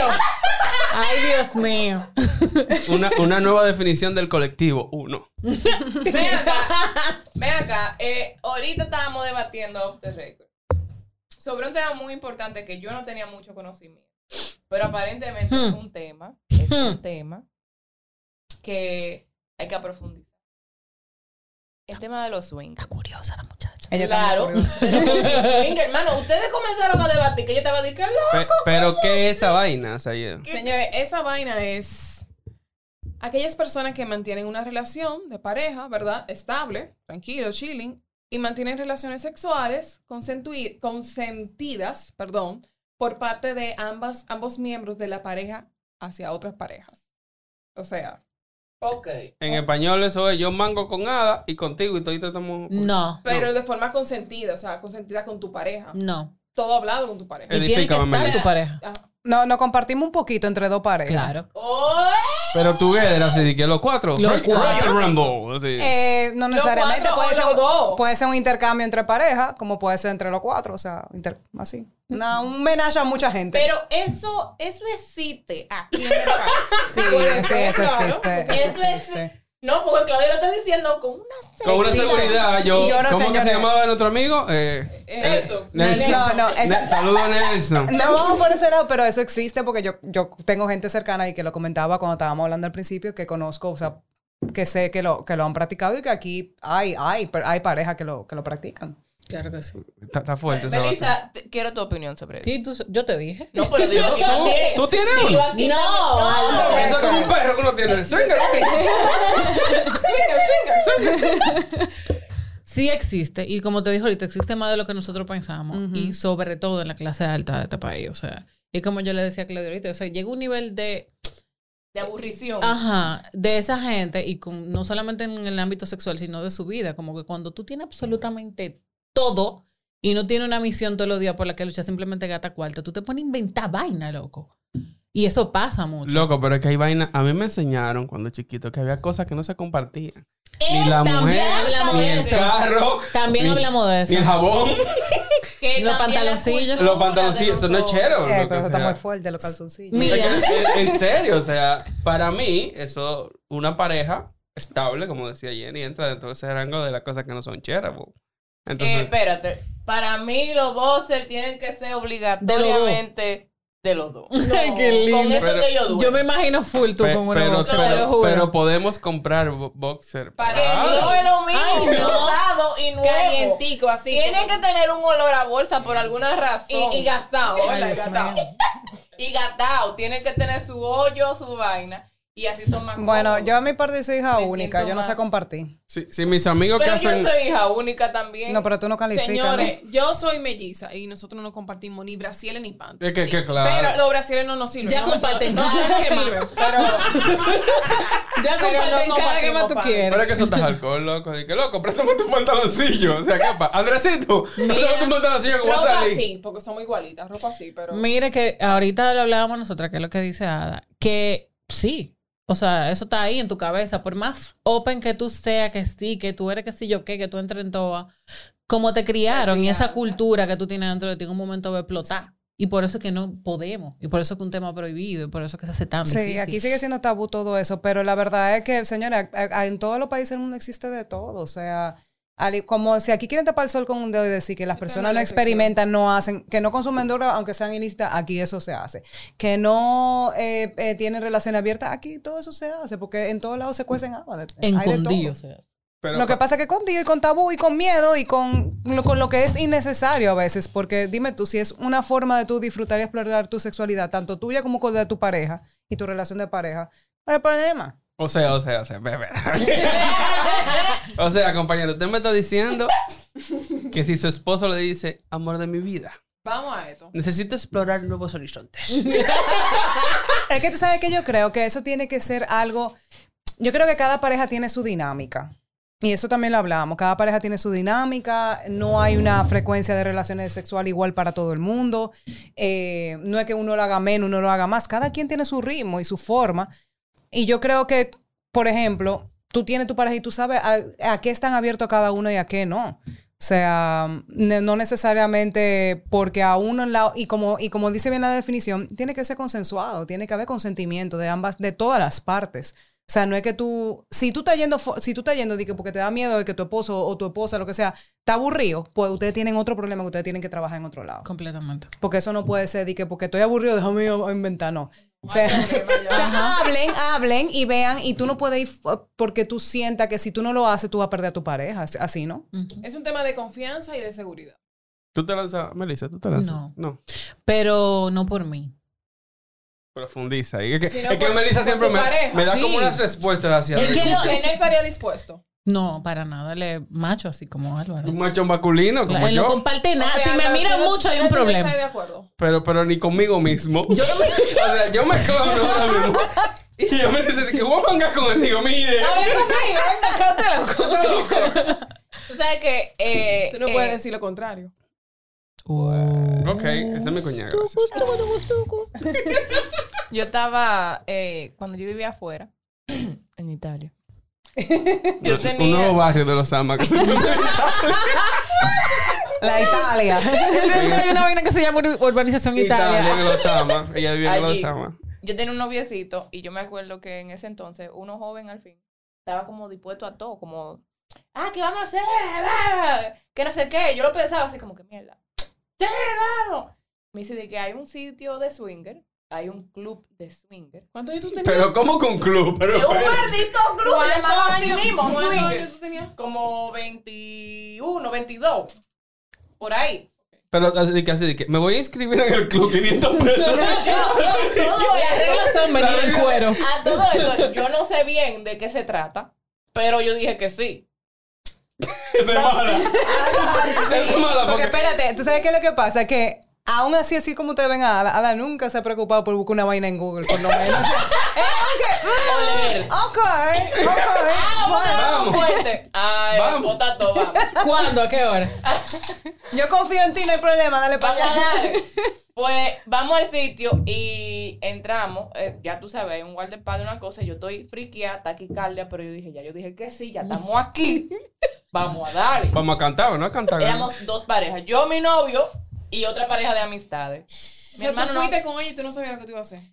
[SPEAKER 6] Ay, Dios mío.
[SPEAKER 3] Una, una nueva definición del colectivo, uno.
[SPEAKER 2] Ven acá. Ven acá. Eh, ahorita estábamos debatiendo off the record sobre un tema muy importante que yo no tenía mucho conocimiento. Pero aparentemente es un tema. Es un tema que hay que profundizar. El tema de los swings.
[SPEAKER 6] Curiosa la muchacha.
[SPEAKER 5] Ella está muy
[SPEAKER 2] Claro.
[SPEAKER 5] curiosa.
[SPEAKER 2] Swing, hermano, ustedes comenzaron a debatir que yo estaba diciendo,
[SPEAKER 3] Pe- pero ¿qué es esa vaina? O sea, yo-
[SPEAKER 4] Señores, esa vaina es aquellas personas que mantienen una relación de pareja, ¿verdad? Estable, tranquilo, chilling, y mantienen relaciones sexuales consentui- consentidas, perdón, por parte de ambas, ambos miembros de la pareja hacia otras parejas. O sea,
[SPEAKER 2] Ok.
[SPEAKER 3] en español eso es yo mango con Ada y contigo y todito estamos...
[SPEAKER 6] No,
[SPEAKER 4] pero de forma consentida, o sea, consentida con tu pareja.
[SPEAKER 6] no.
[SPEAKER 4] Todo hablado con tu pareja. Ah.
[SPEAKER 6] Y tiene que
[SPEAKER 3] Edifícame,
[SPEAKER 6] estar
[SPEAKER 3] Melissa.
[SPEAKER 6] tu pareja.
[SPEAKER 4] Ajá.
[SPEAKER 5] No, nos compartimos un poquito entre dos parejas.
[SPEAKER 6] Claro.
[SPEAKER 3] Pero tú eres así de que los cuatro.
[SPEAKER 6] Los
[SPEAKER 3] Rock-
[SPEAKER 6] cuatro.
[SPEAKER 3] Rock and roll, así.
[SPEAKER 5] Eh, no necesariamente
[SPEAKER 2] cuatro
[SPEAKER 5] puede
[SPEAKER 2] o
[SPEAKER 5] ser,
[SPEAKER 2] los
[SPEAKER 5] un-
[SPEAKER 2] dos.
[SPEAKER 5] puede ser un intercambio entre parejas, como puede ser entre los cuatro, o sea, inter- así. Una- un menaje a mucha gente.
[SPEAKER 2] Pero eso, eso existe aquí en el país.
[SPEAKER 5] Sí,
[SPEAKER 2] Por
[SPEAKER 5] sí, eso
[SPEAKER 2] claro,
[SPEAKER 5] existe,
[SPEAKER 2] porque
[SPEAKER 5] eso
[SPEAKER 2] Eso es.
[SPEAKER 5] existe.
[SPEAKER 2] No, porque Claudia lo está diciendo con una seguridad.
[SPEAKER 3] Con una seguridad, yo.
[SPEAKER 5] Y yo no,
[SPEAKER 3] ¿Cómo que se
[SPEAKER 5] señores.
[SPEAKER 3] llamaba nuestro amigo? Eh,
[SPEAKER 4] Nelson.
[SPEAKER 3] Nelson.
[SPEAKER 5] No, no, esa-
[SPEAKER 3] Ne- Saludos a Nelson.
[SPEAKER 5] No vamos por ese lado, pero eso existe porque yo, yo tengo gente cercana y que lo comentaba cuando estábamos hablando al principio, que conozco, o sea, que sé que lo, que lo han practicado y que aquí hay, hay, pero hay parejas que lo, que lo practican.
[SPEAKER 6] Claro que sí.
[SPEAKER 3] Está, está fuerte. esa vaina.
[SPEAKER 2] Melissa, te- quiero tu opinión sobre eso.
[SPEAKER 6] Sí, tú, yo te dije.
[SPEAKER 2] No, pero dilo aquí también.
[SPEAKER 3] ¿Tú tienes
[SPEAKER 2] Dilo
[SPEAKER 3] uno?
[SPEAKER 2] aquí
[SPEAKER 6] No,
[SPEAKER 2] también.
[SPEAKER 6] Aldo.
[SPEAKER 3] Eso es como un perro que uno tiene. Swinger.
[SPEAKER 6] Sí existe, y como te dije ahorita, existe más de lo que nosotros pensamos, y sobre todo en la clase alta de este país, o sea, y como yo le decía a Claudia ahorita, o sea, llega un nivel de,
[SPEAKER 2] De aburrición.
[SPEAKER 6] ajá, de esa gente, y con- no solamente en el ámbito sexual, sino de su vida, como que cuando tú tienes absolutamente todo y no tienes una misión todos los días por la que luchar, simplemente gata cuarta, tú te pones a inventar vaina, loco. Y eso pasa mucho.
[SPEAKER 3] Loco, pero es que hay vaina. A mí me enseñaron cuando chiquito que había cosas que no se compartían. Ni
[SPEAKER 6] Eh,
[SPEAKER 3] la
[SPEAKER 6] también
[SPEAKER 3] mujer,
[SPEAKER 6] hablamos
[SPEAKER 3] ni
[SPEAKER 6] de
[SPEAKER 3] el
[SPEAKER 6] eso.
[SPEAKER 3] carro.
[SPEAKER 6] También
[SPEAKER 3] ni-
[SPEAKER 6] hablamos de eso.
[SPEAKER 3] Ni el jabón,
[SPEAKER 2] Que
[SPEAKER 6] Los
[SPEAKER 2] también la
[SPEAKER 6] pantaloncillos.
[SPEAKER 2] cultura
[SPEAKER 3] los pantaloncillos.
[SPEAKER 2] de
[SPEAKER 3] Eso no es
[SPEAKER 2] los
[SPEAKER 3] chero.
[SPEAKER 5] Eh,
[SPEAKER 3] loco,
[SPEAKER 5] pero
[SPEAKER 3] o
[SPEAKER 5] eso está
[SPEAKER 3] sea.
[SPEAKER 5] muy fuerte, los calzoncillos.
[SPEAKER 6] Mira.
[SPEAKER 3] En, en serio, o sea, para mí, eso, una pareja estable, como decía Jenny, entra dentro de ese rango de las cosas que no son cheras. bo.
[SPEAKER 2] Eh,
[SPEAKER 3] Entonces,
[SPEAKER 2] espérate. Para mí, los boxers tienen que ser obligatoriamente de los dos.
[SPEAKER 6] Ay, qué
[SPEAKER 2] Con
[SPEAKER 6] lindo.
[SPEAKER 2] eso que yo dudo.
[SPEAKER 6] Yo me imagino full tú
[SPEAKER 3] pe-
[SPEAKER 6] con una
[SPEAKER 3] pero,
[SPEAKER 6] bolsa, te lo
[SPEAKER 3] pero,
[SPEAKER 6] juro.
[SPEAKER 3] pero podemos comprar bo- boxer.
[SPEAKER 2] Para que
[SPEAKER 3] parados.
[SPEAKER 2] no es lo mismo
[SPEAKER 6] Ay, no.
[SPEAKER 2] usado y nuevo.
[SPEAKER 4] Calientico, así
[SPEAKER 2] Tiene
[SPEAKER 4] como-
[SPEAKER 2] que tener un olor a bolsa por alguna razón.
[SPEAKER 4] Y- y
[SPEAKER 2] gastado.
[SPEAKER 4] Ay, Dios mío.
[SPEAKER 2] y gastado. Tiene que tener su hoyo, su vaina. Y así son más
[SPEAKER 5] Bueno,
[SPEAKER 2] cómodos.
[SPEAKER 5] yo a mi parte soy hija
[SPEAKER 2] Me
[SPEAKER 5] única,
[SPEAKER 2] siento
[SPEAKER 5] yo no sé
[SPEAKER 2] más-
[SPEAKER 5] compartir.
[SPEAKER 3] Si, si mis amigos que
[SPEAKER 2] Pero yo
[SPEAKER 3] hacen.
[SPEAKER 2] soy hija única también.
[SPEAKER 5] No, pero tú no calificas. ¿no?
[SPEAKER 4] Señores, yo soy melliza y nosotros no compartimos ni brasiles ni panty.
[SPEAKER 3] Es que, que
[SPEAKER 4] Pero
[SPEAKER 3] claro.
[SPEAKER 4] los brasiles no nos sirven.
[SPEAKER 6] Ya
[SPEAKER 4] no,
[SPEAKER 6] comparten,
[SPEAKER 4] no, no,
[SPEAKER 6] claro
[SPEAKER 4] no nos
[SPEAKER 6] que más.
[SPEAKER 4] sirven, pero
[SPEAKER 6] Ya
[SPEAKER 4] Pero no
[SPEAKER 6] comparten cada que más tú
[SPEAKER 4] compartimos pan.
[SPEAKER 3] Pero
[SPEAKER 6] quieres.
[SPEAKER 3] es que eso estás alcohol, loco. Así que, loco, préstame tu pantaloncillo. O sea, capa. Andresito, préstame tu pantaloncillo que voy a
[SPEAKER 4] ropa
[SPEAKER 3] salir.
[SPEAKER 4] sí, porque somos igualitas, ropa sí, pero
[SPEAKER 6] Mira que ahorita lo hablábamos nosotras, que es lo que dice Ada, que sí. O sea, eso está ahí en tu cabeza. Por más open que tú seas, que sí, que tú eres que sí yo qué, que tú entres en toa, como te criaron y esa cultura que tú tienes dentro de ti en un momento va a explotar. Y por eso es que no podemos. Y por eso es que un tema prohibido. Y por eso es que se hace tan
[SPEAKER 5] Sí,
[SPEAKER 6] difícil.
[SPEAKER 5] aquí sigue siendo tabú todo eso, pero la verdad es que, señores, a- a- en todos los países del mundo existe de todo, o sea, al- como si aquí quieren tapar el sol con un dedo y decir que las personas no experimentan, no hacen, que no consumen droga, aunque sean ilícitas, aquí eso se hace, que no eh, eh, tienen relación abierta, aquí todo eso se hace, porque en todos lados se cuecen agua. de- hay de todo.
[SPEAKER 6] Encondillo, o sea.
[SPEAKER 3] Pero,
[SPEAKER 5] Lo que pasa es que con Dios y con tabú y con miedo y con lo, con lo que es innecesario a veces, porque dime tú, si es una forma de tú disfrutar y explorar tu sexualidad, tanto tuya como con la de tu pareja y tu relación de pareja, ¿cuál es el problema?
[SPEAKER 3] O sea, o sea, o sea, bebé. o sea, compañero, usted me está diciendo que si su esposo le dice, amor de mi vida,
[SPEAKER 4] vamos a esto.
[SPEAKER 3] necesito explorar nuevos horizontes.
[SPEAKER 5] Es que tú sabes que yo creo que eso tiene que ser algo, yo creo que cada pareja tiene su dinámica. Y eso también lo hablábamos. Cada pareja tiene su dinámica, no hay una frecuencia de relaciones sexual igual para todo el mundo. Eh, no es que uno lo haga menos, uno lo haga más. Cada quien tiene su ritmo y su forma. Y yo creo que, por ejemplo, tú tienes tu pareja y tú sabes a, a qué están abiertos cada uno y a qué no. O sea, ne- no necesariamente porque a uno en la- y como y como dice bien la definición, tiene que ser consensuado, tiene que haber consentimiento de ambas de todas las partes. O sea, no es que tú si tú estás yendo fo- si tú estás yendo de que porque te da miedo de que tu esposo o tu esposa lo que sea está aburrido, pues ustedes tienen otro problema que ustedes tienen que trabajar en otro lado.
[SPEAKER 6] Completamente.
[SPEAKER 5] Porque eso no puede ser de que porque estoy aburrido, déjame yo inventar, no. O sea, o sea, hablen, hablen y vean y tú no puedes ir eh, porque tú sientas que si tú no lo haces tú vas a perder a tu pareja, así- así, ¿no?
[SPEAKER 2] Mm.
[SPEAKER 4] Es un tema de confianza y de seguridad.
[SPEAKER 3] ¿Tú te lanzas, Melissa? ¿Tú te lanzas?
[SPEAKER 6] No.
[SPEAKER 3] No.
[SPEAKER 6] Pero no por mí.
[SPEAKER 3] Profundiza. ahí. Es que,
[SPEAKER 4] Si no,
[SPEAKER 3] es que
[SPEAKER 4] por-
[SPEAKER 3] Melissa
[SPEAKER 4] por
[SPEAKER 3] siempre
[SPEAKER 4] tu
[SPEAKER 3] me,
[SPEAKER 4] pareja.
[SPEAKER 3] me da
[SPEAKER 6] Sí.
[SPEAKER 3] como unas respuestas hacia
[SPEAKER 6] Es que-
[SPEAKER 4] No, él no estaría dispuesto.
[SPEAKER 6] No, para nada. Él es macho, así como Álvaro.
[SPEAKER 3] un macho masculino como
[SPEAKER 6] Él no
[SPEAKER 3] yo.
[SPEAKER 6] comparte
[SPEAKER 4] O
[SPEAKER 6] nada.
[SPEAKER 4] sea,
[SPEAKER 6] si me
[SPEAKER 4] pero
[SPEAKER 6] mira
[SPEAKER 4] tú no-
[SPEAKER 6] mucho, hay un
[SPEAKER 4] tú no
[SPEAKER 6] problema.
[SPEAKER 4] estás de acuerdo.
[SPEAKER 3] Pero, pero ni conmigo mismo. o sea, yo me clono ahora mismo. Y yo me dice que vos mangas con él. Digo, mire.
[SPEAKER 2] Tú sabes que. eh,
[SPEAKER 4] Tú no
[SPEAKER 2] eh,
[SPEAKER 4] puedes decir lo contrario.
[SPEAKER 3] ok, ese es mi cuñado. gracias.
[SPEAKER 2] Yo estaba. eh, cuando yo vivía afuera, en Italia. yo
[SPEAKER 3] Un
[SPEAKER 2] tenía.
[SPEAKER 3] nuevo barrio de los amas. que se-
[SPEAKER 5] La Italia.
[SPEAKER 6] Hay una vaina que se llama Ur- Urbanización Italia.
[SPEAKER 3] Italia de los amas. Ella vivía en
[SPEAKER 2] Allí.
[SPEAKER 3] los amas.
[SPEAKER 2] Yo tenía un noviecito y yo me acuerdo que en ese entonces, uno joven al fin, estaba como dispuesto a todo, como, ah, ¿qué vamos a hacer? Ah, Que no sé qué. Yo lo pensaba así como que mierda. ¡Sí, vamos! Me dice de que hay un sitio de swinger, hay un club de swinger.
[SPEAKER 4] ¿Cuántos años tú tenías?
[SPEAKER 3] Pero, ¿cómo con club? Pero,
[SPEAKER 2] ¡Un maldito club! Se llamaba así mismo,
[SPEAKER 4] ¿Cuántos
[SPEAKER 2] swinger.
[SPEAKER 4] años tú tenías?
[SPEAKER 2] Como 21, 22. Por ahí.
[SPEAKER 3] pero así que así de que me voy a inscribir en el club 500 pesos.
[SPEAKER 2] Todo
[SPEAKER 6] Las
[SPEAKER 2] eso.
[SPEAKER 6] reglas son venir en cuero.
[SPEAKER 2] A todo eso, yo no sé bien de qué se trata, pero yo dije que sí.
[SPEAKER 3] Eso es mala. Eso es mala
[SPEAKER 5] Porque
[SPEAKER 3] porque.
[SPEAKER 5] espérate, ¿tú sabes qué es lo que pasa? Que aún así, así como ustedes ven a Ada, Ada nunca se ha preocupado por buscar una vaina en Google, por lo menos. eh, aunque, mm, ok,
[SPEAKER 2] Ah,
[SPEAKER 5] ok, bueno,
[SPEAKER 3] Vamos.
[SPEAKER 2] Fuerte. Ay,
[SPEAKER 3] Vamos.
[SPEAKER 2] bota todo, vamos.
[SPEAKER 6] ¿Cuándo? ¿A qué hora?
[SPEAKER 5] yo confío en ti, no hay problema, dale para
[SPEAKER 2] Vamos a
[SPEAKER 5] allá.
[SPEAKER 2] dar. Pues vamos al sitio y entramos. eh, ya tú sabes, un guardaespaldas, una cosa. Yo estoy friqueada, taquicardia, pero yo dije, ya yo dije que sí, ya estamos aquí. Vamos a darle.
[SPEAKER 3] Vamos a cantar, ¿o ¿no? A cantar.
[SPEAKER 2] Éramos dos parejas. Yo, mi novio y otra pareja de amistades. Mi
[SPEAKER 4] Mi hermano
[SPEAKER 2] hermano no.
[SPEAKER 4] fuiste con ella y tú no sabías lo que tú ibas a hacer.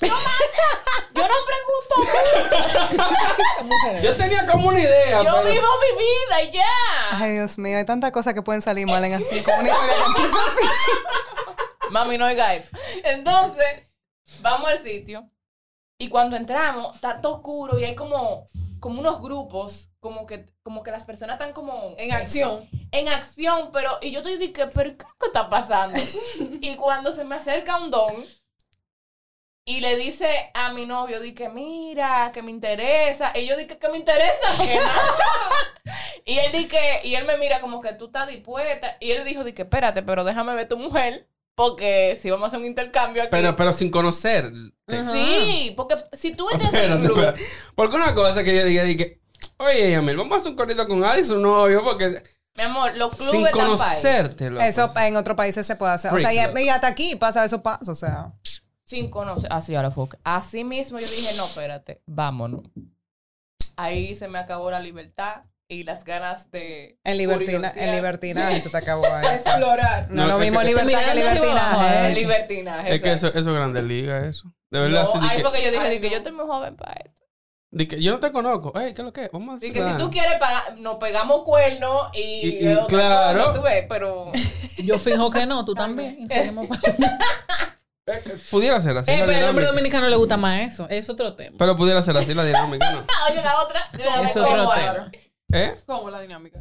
[SPEAKER 2] Yo no pregunto.
[SPEAKER 3] Yo tenía como una idea.
[SPEAKER 2] Yo
[SPEAKER 3] pero-
[SPEAKER 2] vivo mi vida y ya.
[SPEAKER 5] Ay, Dios mío, hay tantas cosas que pueden salir mal en así, como una historia que empieza así.
[SPEAKER 2] Mami, no oiga esto. Entonces, vamos al sitio. Y cuando entramos, está todo oscuro y hay como, como unos grupos, como que, como que las personas están como
[SPEAKER 4] En acción.
[SPEAKER 2] en acción, pero, y yo estoy de que, pero ¿qué es lo que está pasando? y cuando se me acerca un don y le dice a mi novio, di que mira, que me interesa, y yo dije que me interesa. que no. y él di que, y él me mira como que tú estás dispuesta, y él dijo, di que espérate, pero déjame ver tu mujer, porque si vamos a hacer un intercambio aquí.
[SPEAKER 3] Pero, pero sin conocer.
[SPEAKER 2] sí, porque si tú estás en
[SPEAKER 3] Espérate,
[SPEAKER 2] Este un club,
[SPEAKER 3] espérate. Porque una cosa que yo diga, dije, oye, Yamil, vamos a hacer un corrido con Adi, su novio, porque
[SPEAKER 2] mi amor, los
[SPEAKER 3] sin
[SPEAKER 2] clubes tan país.
[SPEAKER 3] conocerte. loco.
[SPEAKER 5] Eso en otros países se puede hacer. O sea,
[SPEAKER 3] Freak,
[SPEAKER 5] y, y hasta aquí pasa eso pasa, o sea.
[SPEAKER 2] sin conocer. ah, Así a la foca. Así mismo yo dije, no, espérate, vámonos. Ahí se me acabó la libertad y las ganas de.
[SPEAKER 5] En libertina, en
[SPEAKER 2] curiosear.
[SPEAKER 5] libertina se te acabó ahí.
[SPEAKER 4] Explorar.
[SPEAKER 5] No,
[SPEAKER 3] No,
[SPEAKER 5] lo
[SPEAKER 3] es
[SPEAKER 5] mismo
[SPEAKER 3] que-
[SPEAKER 5] libertad que
[SPEAKER 6] Te miran de arriba abajo,
[SPEAKER 2] El
[SPEAKER 5] libertinaje. ¿eh?
[SPEAKER 2] libertinaje.
[SPEAKER 3] Es que
[SPEAKER 2] exacto.
[SPEAKER 3] eso, eso es grande liga, eso. De verdad, sí,
[SPEAKER 2] No,
[SPEAKER 3] di
[SPEAKER 2] ahí
[SPEAKER 3] que-
[SPEAKER 2] porque yo dije,
[SPEAKER 4] Ay,
[SPEAKER 2] di que
[SPEAKER 4] no.
[SPEAKER 2] yo estoy muy joven para esto.
[SPEAKER 3] di que yo no te conozco. Ey, ¿qué es lo que es? Vamos a hacer
[SPEAKER 2] Así que si
[SPEAKER 3] nada.
[SPEAKER 2] tú quieres, pagar, nos pegamos cuernos y.
[SPEAKER 3] Y- y
[SPEAKER 2] otra
[SPEAKER 3] claro.
[SPEAKER 2] cosa, tú ves, pero.
[SPEAKER 6] Yo fijo que no, tú también. Y seguimos pa-
[SPEAKER 3] Eh, eh, pudiera ser así.
[SPEAKER 6] Eh,
[SPEAKER 3] la
[SPEAKER 6] pero al hombre
[SPEAKER 3] dinámica.
[SPEAKER 6] dominicano le gusta más eso. Es otro tema.
[SPEAKER 3] Pero pudiera ser así la dinámica, ¿no?
[SPEAKER 2] Oye, la otra. la
[SPEAKER 6] Es
[SPEAKER 2] otra,
[SPEAKER 6] otro
[SPEAKER 2] ¿cómo
[SPEAKER 6] tema.
[SPEAKER 2] era?
[SPEAKER 3] ¿Eh?
[SPEAKER 4] ¿Cómo la dinámica?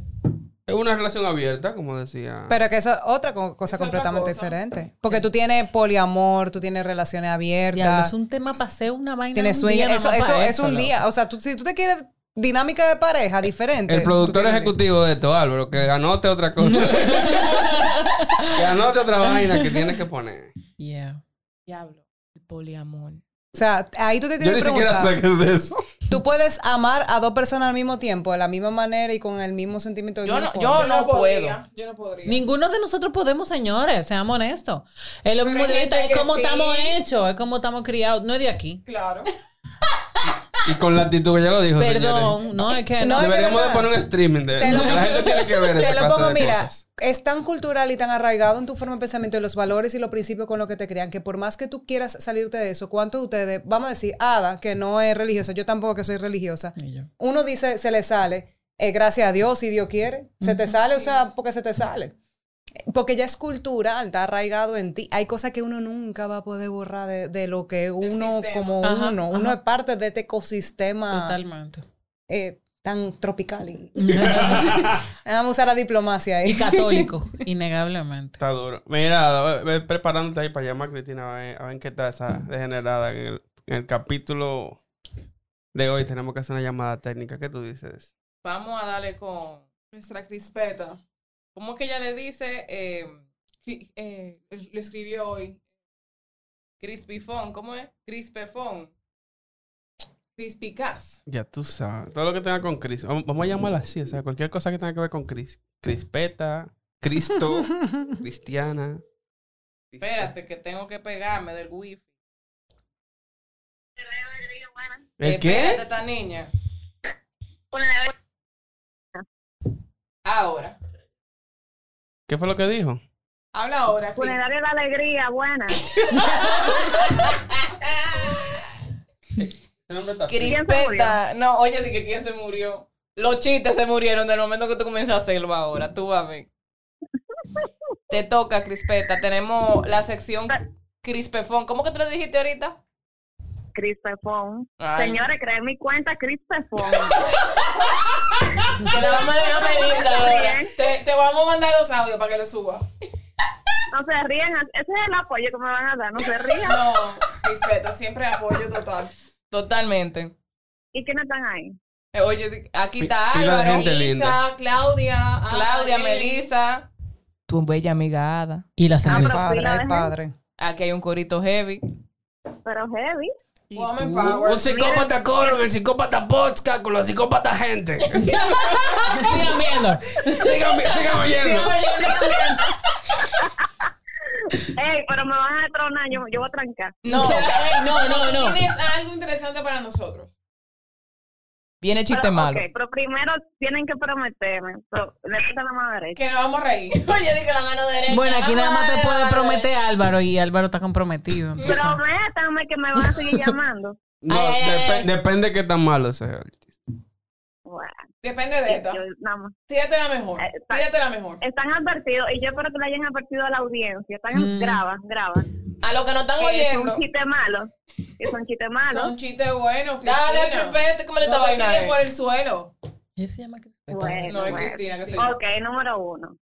[SPEAKER 3] Es una relación abierta, como decía.
[SPEAKER 5] Pero que eso es otra co- cosa
[SPEAKER 4] Es otra
[SPEAKER 5] completamente
[SPEAKER 4] cosa.
[SPEAKER 5] diferente. Porque tú tienes poliamor, tú tienes relaciones
[SPEAKER 6] Diablo, es
[SPEAKER 5] abiertas,
[SPEAKER 6] un tema paseo, una vaina.
[SPEAKER 5] tienes
[SPEAKER 6] un
[SPEAKER 5] sueño.
[SPEAKER 6] día nada
[SPEAKER 5] Eso,
[SPEAKER 6] más
[SPEAKER 5] eso
[SPEAKER 6] pa'
[SPEAKER 5] es un
[SPEAKER 6] loco.
[SPEAKER 5] día. O sea, tú, si tú te quieres dinámica de pareja diferente.
[SPEAKER 3] El productor
[SPEAKER 5] tú tienes-
[SPEAKER 3] ejecutivo de esto, Álvaro, que anote otra cosa. que anote otra vaina que tienes que poner.
[SPEAKER 6] Yeah.
[SPEAKER 2] Diablo, el poliamor.
[SPEAKER 5] sea, ahí tú te
[SPEAKER 3] Yo
[SPEAKER 5] tienes
[SPEAKER 3] ni
[SPEAKER 5] que
[SPEAKER 3] siquiera sé
[SPEAKER 5] preguntar.
[SPEAKER 3] qué es eso.
[SPEAKER 5] Tú puedes amar a dos personas al mismo tiempo, de la misma manera y con el mismo sentimiento. del
[SPEAKER 2] Yo
[SPEAKER 5] mismo
[SPEAKER 2] no-
[SPEAKER 5] fondo.
[SPEAKER 2] yo no
[SPEAKER 4] podría, Yo no podría.
[SPEAKER 6] Ninguno de nosotros podemos, señores, seamos honestos. Es lo
[SPEAKER 4] Pero
[SPEAKER 6] mismo
[SPEAKER 4] hay
[SPEAKER 6] de ahorita,
[SPEAKER 4] gente
[SPEAKER 6] es
[SPEAKER 4] que
[SPEAKER 6] como
[SPEAKER 4] sí.
[SPEAKER 6] estamos hechos, es como estamos criados, no es de aquí.
[SPEAKER 4] Claro.
[SPEAKER 3] Y con la actitud que ya lo dijo,
[SPEAKER 6] Perdón,
[SPEAKER 3] señores.
[SPEAKER 6] no, es que
[SPEAKER 5] No,
[SPEAKER 6] no.
[SPEAKER 5] es que
[SPEAKER 3] Deberíamos de
[SPEAKER 5] verdad.
[SPEAKER 3] poner un streaming de
[SPEAKER 5] Te lo-
[SPEAKER 3] La gente tiene que ver esa
[SPEAKER 5] Te lo
[SPEAKER 3] clase
[SPEAKER 5] pongo,
[SPEAKER 3] de
[SPEAKER 5] mira,
[SPEAKER 3] cosas.
[SPEAKER 5] es tan cultural y tan arraigado en tu forma de pensamiento y los valores y los principios con los que te crean que por más que tú quieras salirte de eso, ¿cuántos de ustedes, vamos a decir, Ada, que no es religiosa, yo tampoco que soy religiosa,
[SPEAKER 6] Y yo.
[SPEAKER 5] uno dice, se le sale, eh, gracias a Dios, si Dios quiere, se te sale, o sea, porque se te sale. Porque ya es cultural, está arraigado en ti. Hay cosas que uno nunca va a poder borrar de, de lo que uno,
[SPEAKER 4] sistema.
[SPEAKER 5] como
[SPEAKER 6] Ajá,
[SPEAKER 5] uno, uno
[SPEAKER 6] ajá.
[SPEAKER 5] es parte de este ecosistema
[SPEAKER 6] Totalmente.
[SPEAKER 5] eh, tan tropical. y- Vamos a usar la diplomacia ahí.
[SPEAKER 6] Y católico, innegablemente.
[SPEAKER 3] Está duro. Mira, ve, ve preparándote ahí para llamar a Cristina, a ver, a ver en qué está esa degenerada. En el, en el capítulo de hoy tenemos que hacer una llamada técnica. ¿Qué tú dices?
[SPEAKER 2] Vamos a darle con.
[SPEAKER 4] Nuestra crispeta.
[SPEAKER 2] ¿Cómo que ella le dice? Eh,
[SPEAKER 4] Cri- eh, lo escribió hoy.
[SPEAKER 2] Crispifón, ¿cómo es? Crispefón.
[SPEAKER 4] Crispicaz.
[SPEAKER 3] Ya tú sabes. Todo lo que tenga con Cris. Vamos vamos a llamarla así, o sea, cualquier cosa que tenga que ver con Cris. Crispeta, Cristo, Cristiana.
[SPEAKER 2] Espérate, que tengo que pegarme del wifi.
[SPEAKER 3] ¿El
[SPEAKER 2] eh, Espérate,
[SPEAKER 3] ¿Eh, qué?
[SPEAKER 2] esta niña. Ahora.
[SPEAKER 3] ¿Qué fue lo que dijo?
[SPEAKER 4] Habla ahora, Cris.
[SPEAKER 7] Funeraria de la alegría, buena.
[SPEAKER 2] Crispeta. No, oye, dije quién se murió. Los chistes se murieron del momento que tú comienzas a hacerlo ahora. Tú vas a ver. Te toca, Crispeta. Tenemos la sección
[SPEAKER 4] Ah.
[SPEAKER 2] Crispefón. ¿Cómo que tú le dijiste ahorita?
[SPEAKER 7] Crispefón.
[SPEAKER 2] Ay.
[SPEAKER 7] Señores, creen mi cuenta Crispefón.
[SPEAKER 2] Te la vamos a dejar pedir ahora.
[SPEAKER 4] Te, te vamos a mandar los audios para que los suba.
[SPEAKER 7] No se rían. Ese es el apoyo que me van a dar. No se rían.
[SPEAKER 4] No, crispeta, siempre apoyo total.
[SPEAKER 2] Totalmente.
[SPEAKER 7] ¿Y quiénes están ahí?
[SPEAKER 2] Eh, Oye, di- aquí está
[SPEAKER 3] Pila de
[SPEAKER 2] Álvaro,
[SPEAKER 3] gente
[SPEAKER 2] Melissa,
[SPEAKER 3] linda.
[SPEAKER 4] Claudia,
[SPEAKER 2] Claudia,
[SPEAKER 4] Ari.
[SPEAKER 2] Melissa. Tu bella amiga Ada.
[SPEAKER 6] Y la cerveza.
[SPEAKER 7] Ah, pero sí,
[SPEAKER 5] Padre,
[SPEAKER 7] la
[SPEAKER 5] ay,
[SPEAKER 7] dejan.
[SPEAKER 5] padre.
[SPEAKER 2] Aquí hay un corito heavy.
[SPEAKER 7] Pero heavy.
[SPEAKER 4] Woman Power.
[SPEAKER 3] psicópata coro, el psicópata podcast con los psicópatas gente.
[SPEAKER 6] Sigan viendo.
[SPEAKER 3] Sigan, sigan oyendo.
[SPEAKER 7] Ey, pero me van a tronar. Yo, yo voy a trancar.
[SPEAKER 2] No, eh, no, no, no.
[SPEAKER 4] Tienes algo interesante para nosotros.
[SPEAKER 2] Viene
[SPEAKER 7] Pero,
[SPEAKER 2] chiste malo.
[SPEAKER 7] ok, pero primero tienen que prometerme. Pero, le puse la mano derecha.
[SPEAKER 4] Que nos vamos a reír.
[SPEAKER 2] Oye, dije la mano derecha.
[SPEAKER 6] Bueno, aquí nada más te puede prometer Álvaro y Álvaro está comprometido. entonces-
[SPEAKER 7] Prométame que me van a seguir llamando.
[SPEAKER 3] No,
[SPEAKER 6] Ay, ay,
[SPEAKER 3] depe-
[SPEAKER 6] ay.
[SPEAKER 3] depende qué tan malo sea.
[SPEAKER 7] Bueno,
[SPEAKER 4] Depende de esto.
[SPEAKER 7] yo,
[SPEAKER 6] Eh,
[SPEAKER 7] nada más.
[SPEAKER 4] Tírate la mejor.
[SPEAKER 7] Eh, está-
[SPEAKER 4] Tírate la mejor.
[SPEAKER 7] Están advertidos y yo espero que le hayan advertido a la audiencia. Están
[SPEAKER 6] Mm.
[SPEAKER 7] graba, graba.
[SPEAKER 2] A los que no
[SPEAKER 5] Eh,
[SPEAKER 2] están
[SPEAKER 7] Que son
[SPEAKER 2] oyendo.
[SPEAKER 7] chistes malos. Que son chistes
[SPEAKER 6] ah,
[SPEAKER 7] malos.
[SPEAKER 4] Son chistes buenos.
[SPEAKER 2] Dale,
[SPEAKER 4] Cristina.
[SPEAKER 2] Crispeta, ¿cómo le
[SPEAKER 4] No
[SPEAKER 2] está
[SPEAKER 4] te tires
[SPEAKER 2] vaina?
[SPEAKER 4] por el suelo.
[SPEAKER 6] Ella se llama Cristina.
[SPEAKER 7] Bueno,
[SPEAKER 2] No, es
[SPEAKER 7] bueno.
[SPEAKER 2] Cristina que se
[SPEAKER 7] Ok, número uno.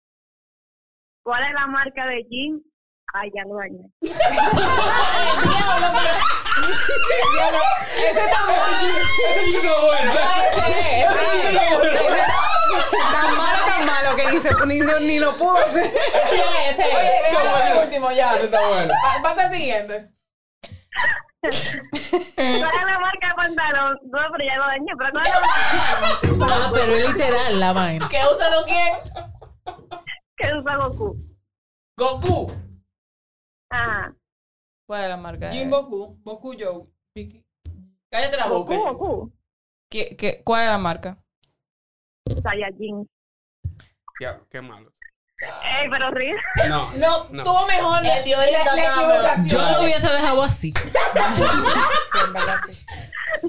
[SPEAKER 7] ¿Cuál es la marca de jean? Ay, ya lo dañé.
[SPEAKER 2] Ese está bueno.
[SPEAKER 5] Tan malo, tan malo que ni, se, ni, ni lo pudo hacer.
[SPEAKER 2] Ese es.
[SPEAKER 4] Oye, déjalo para el último ya.
[SPEAKER 3] Está bueno.
[SPEAKER 4] Pa- Pasa al siguiente.
[SPEAKER 7] ¿Cuál es la marca de pantalón? No, pero ya lo dañé. ¿Pero cuál es la marca
[SPEAKER 6] Ah, pero es literal la vaina.
[SPEAKER 2] ¿Qué usa lo quién?
[SPEAKER 7] que usa Goku?
[SPEAKER 2] Goku.
[SPEAKER 7] Ajá.
[SPEAKER 2] ¿Cuál es la marca?
[SPEAKER 4] Jim Boku. Boku Joe. Vicky.
[SPEAKER 2] Cállate la
[SPEAKER 7] Goku,
[SPEAKER 2] boca.
[SPEAKER 7] Goku.
[SPEAKER 2] ¿Qué, qué, ¿Cuál es la marca?
[SPEAKER 7] Saiyajin.
[SPEAKER 3] Ya, qué malo.
[SPEAKER 7] Ey, pero ríe.
[SPEAKER 3] No.
[SPEAKER 4] No,
[SPEAKER 3] No.
[SPEAKER 4] tú mejor.
[SPEAKER 2] El de ahorita
[SPEAKER 4] La- la
[SPEAKER 2] está malo.
[SPEAKER 4] equivocación.
[SPEAKER 6] Yo lo hubiese dejado así.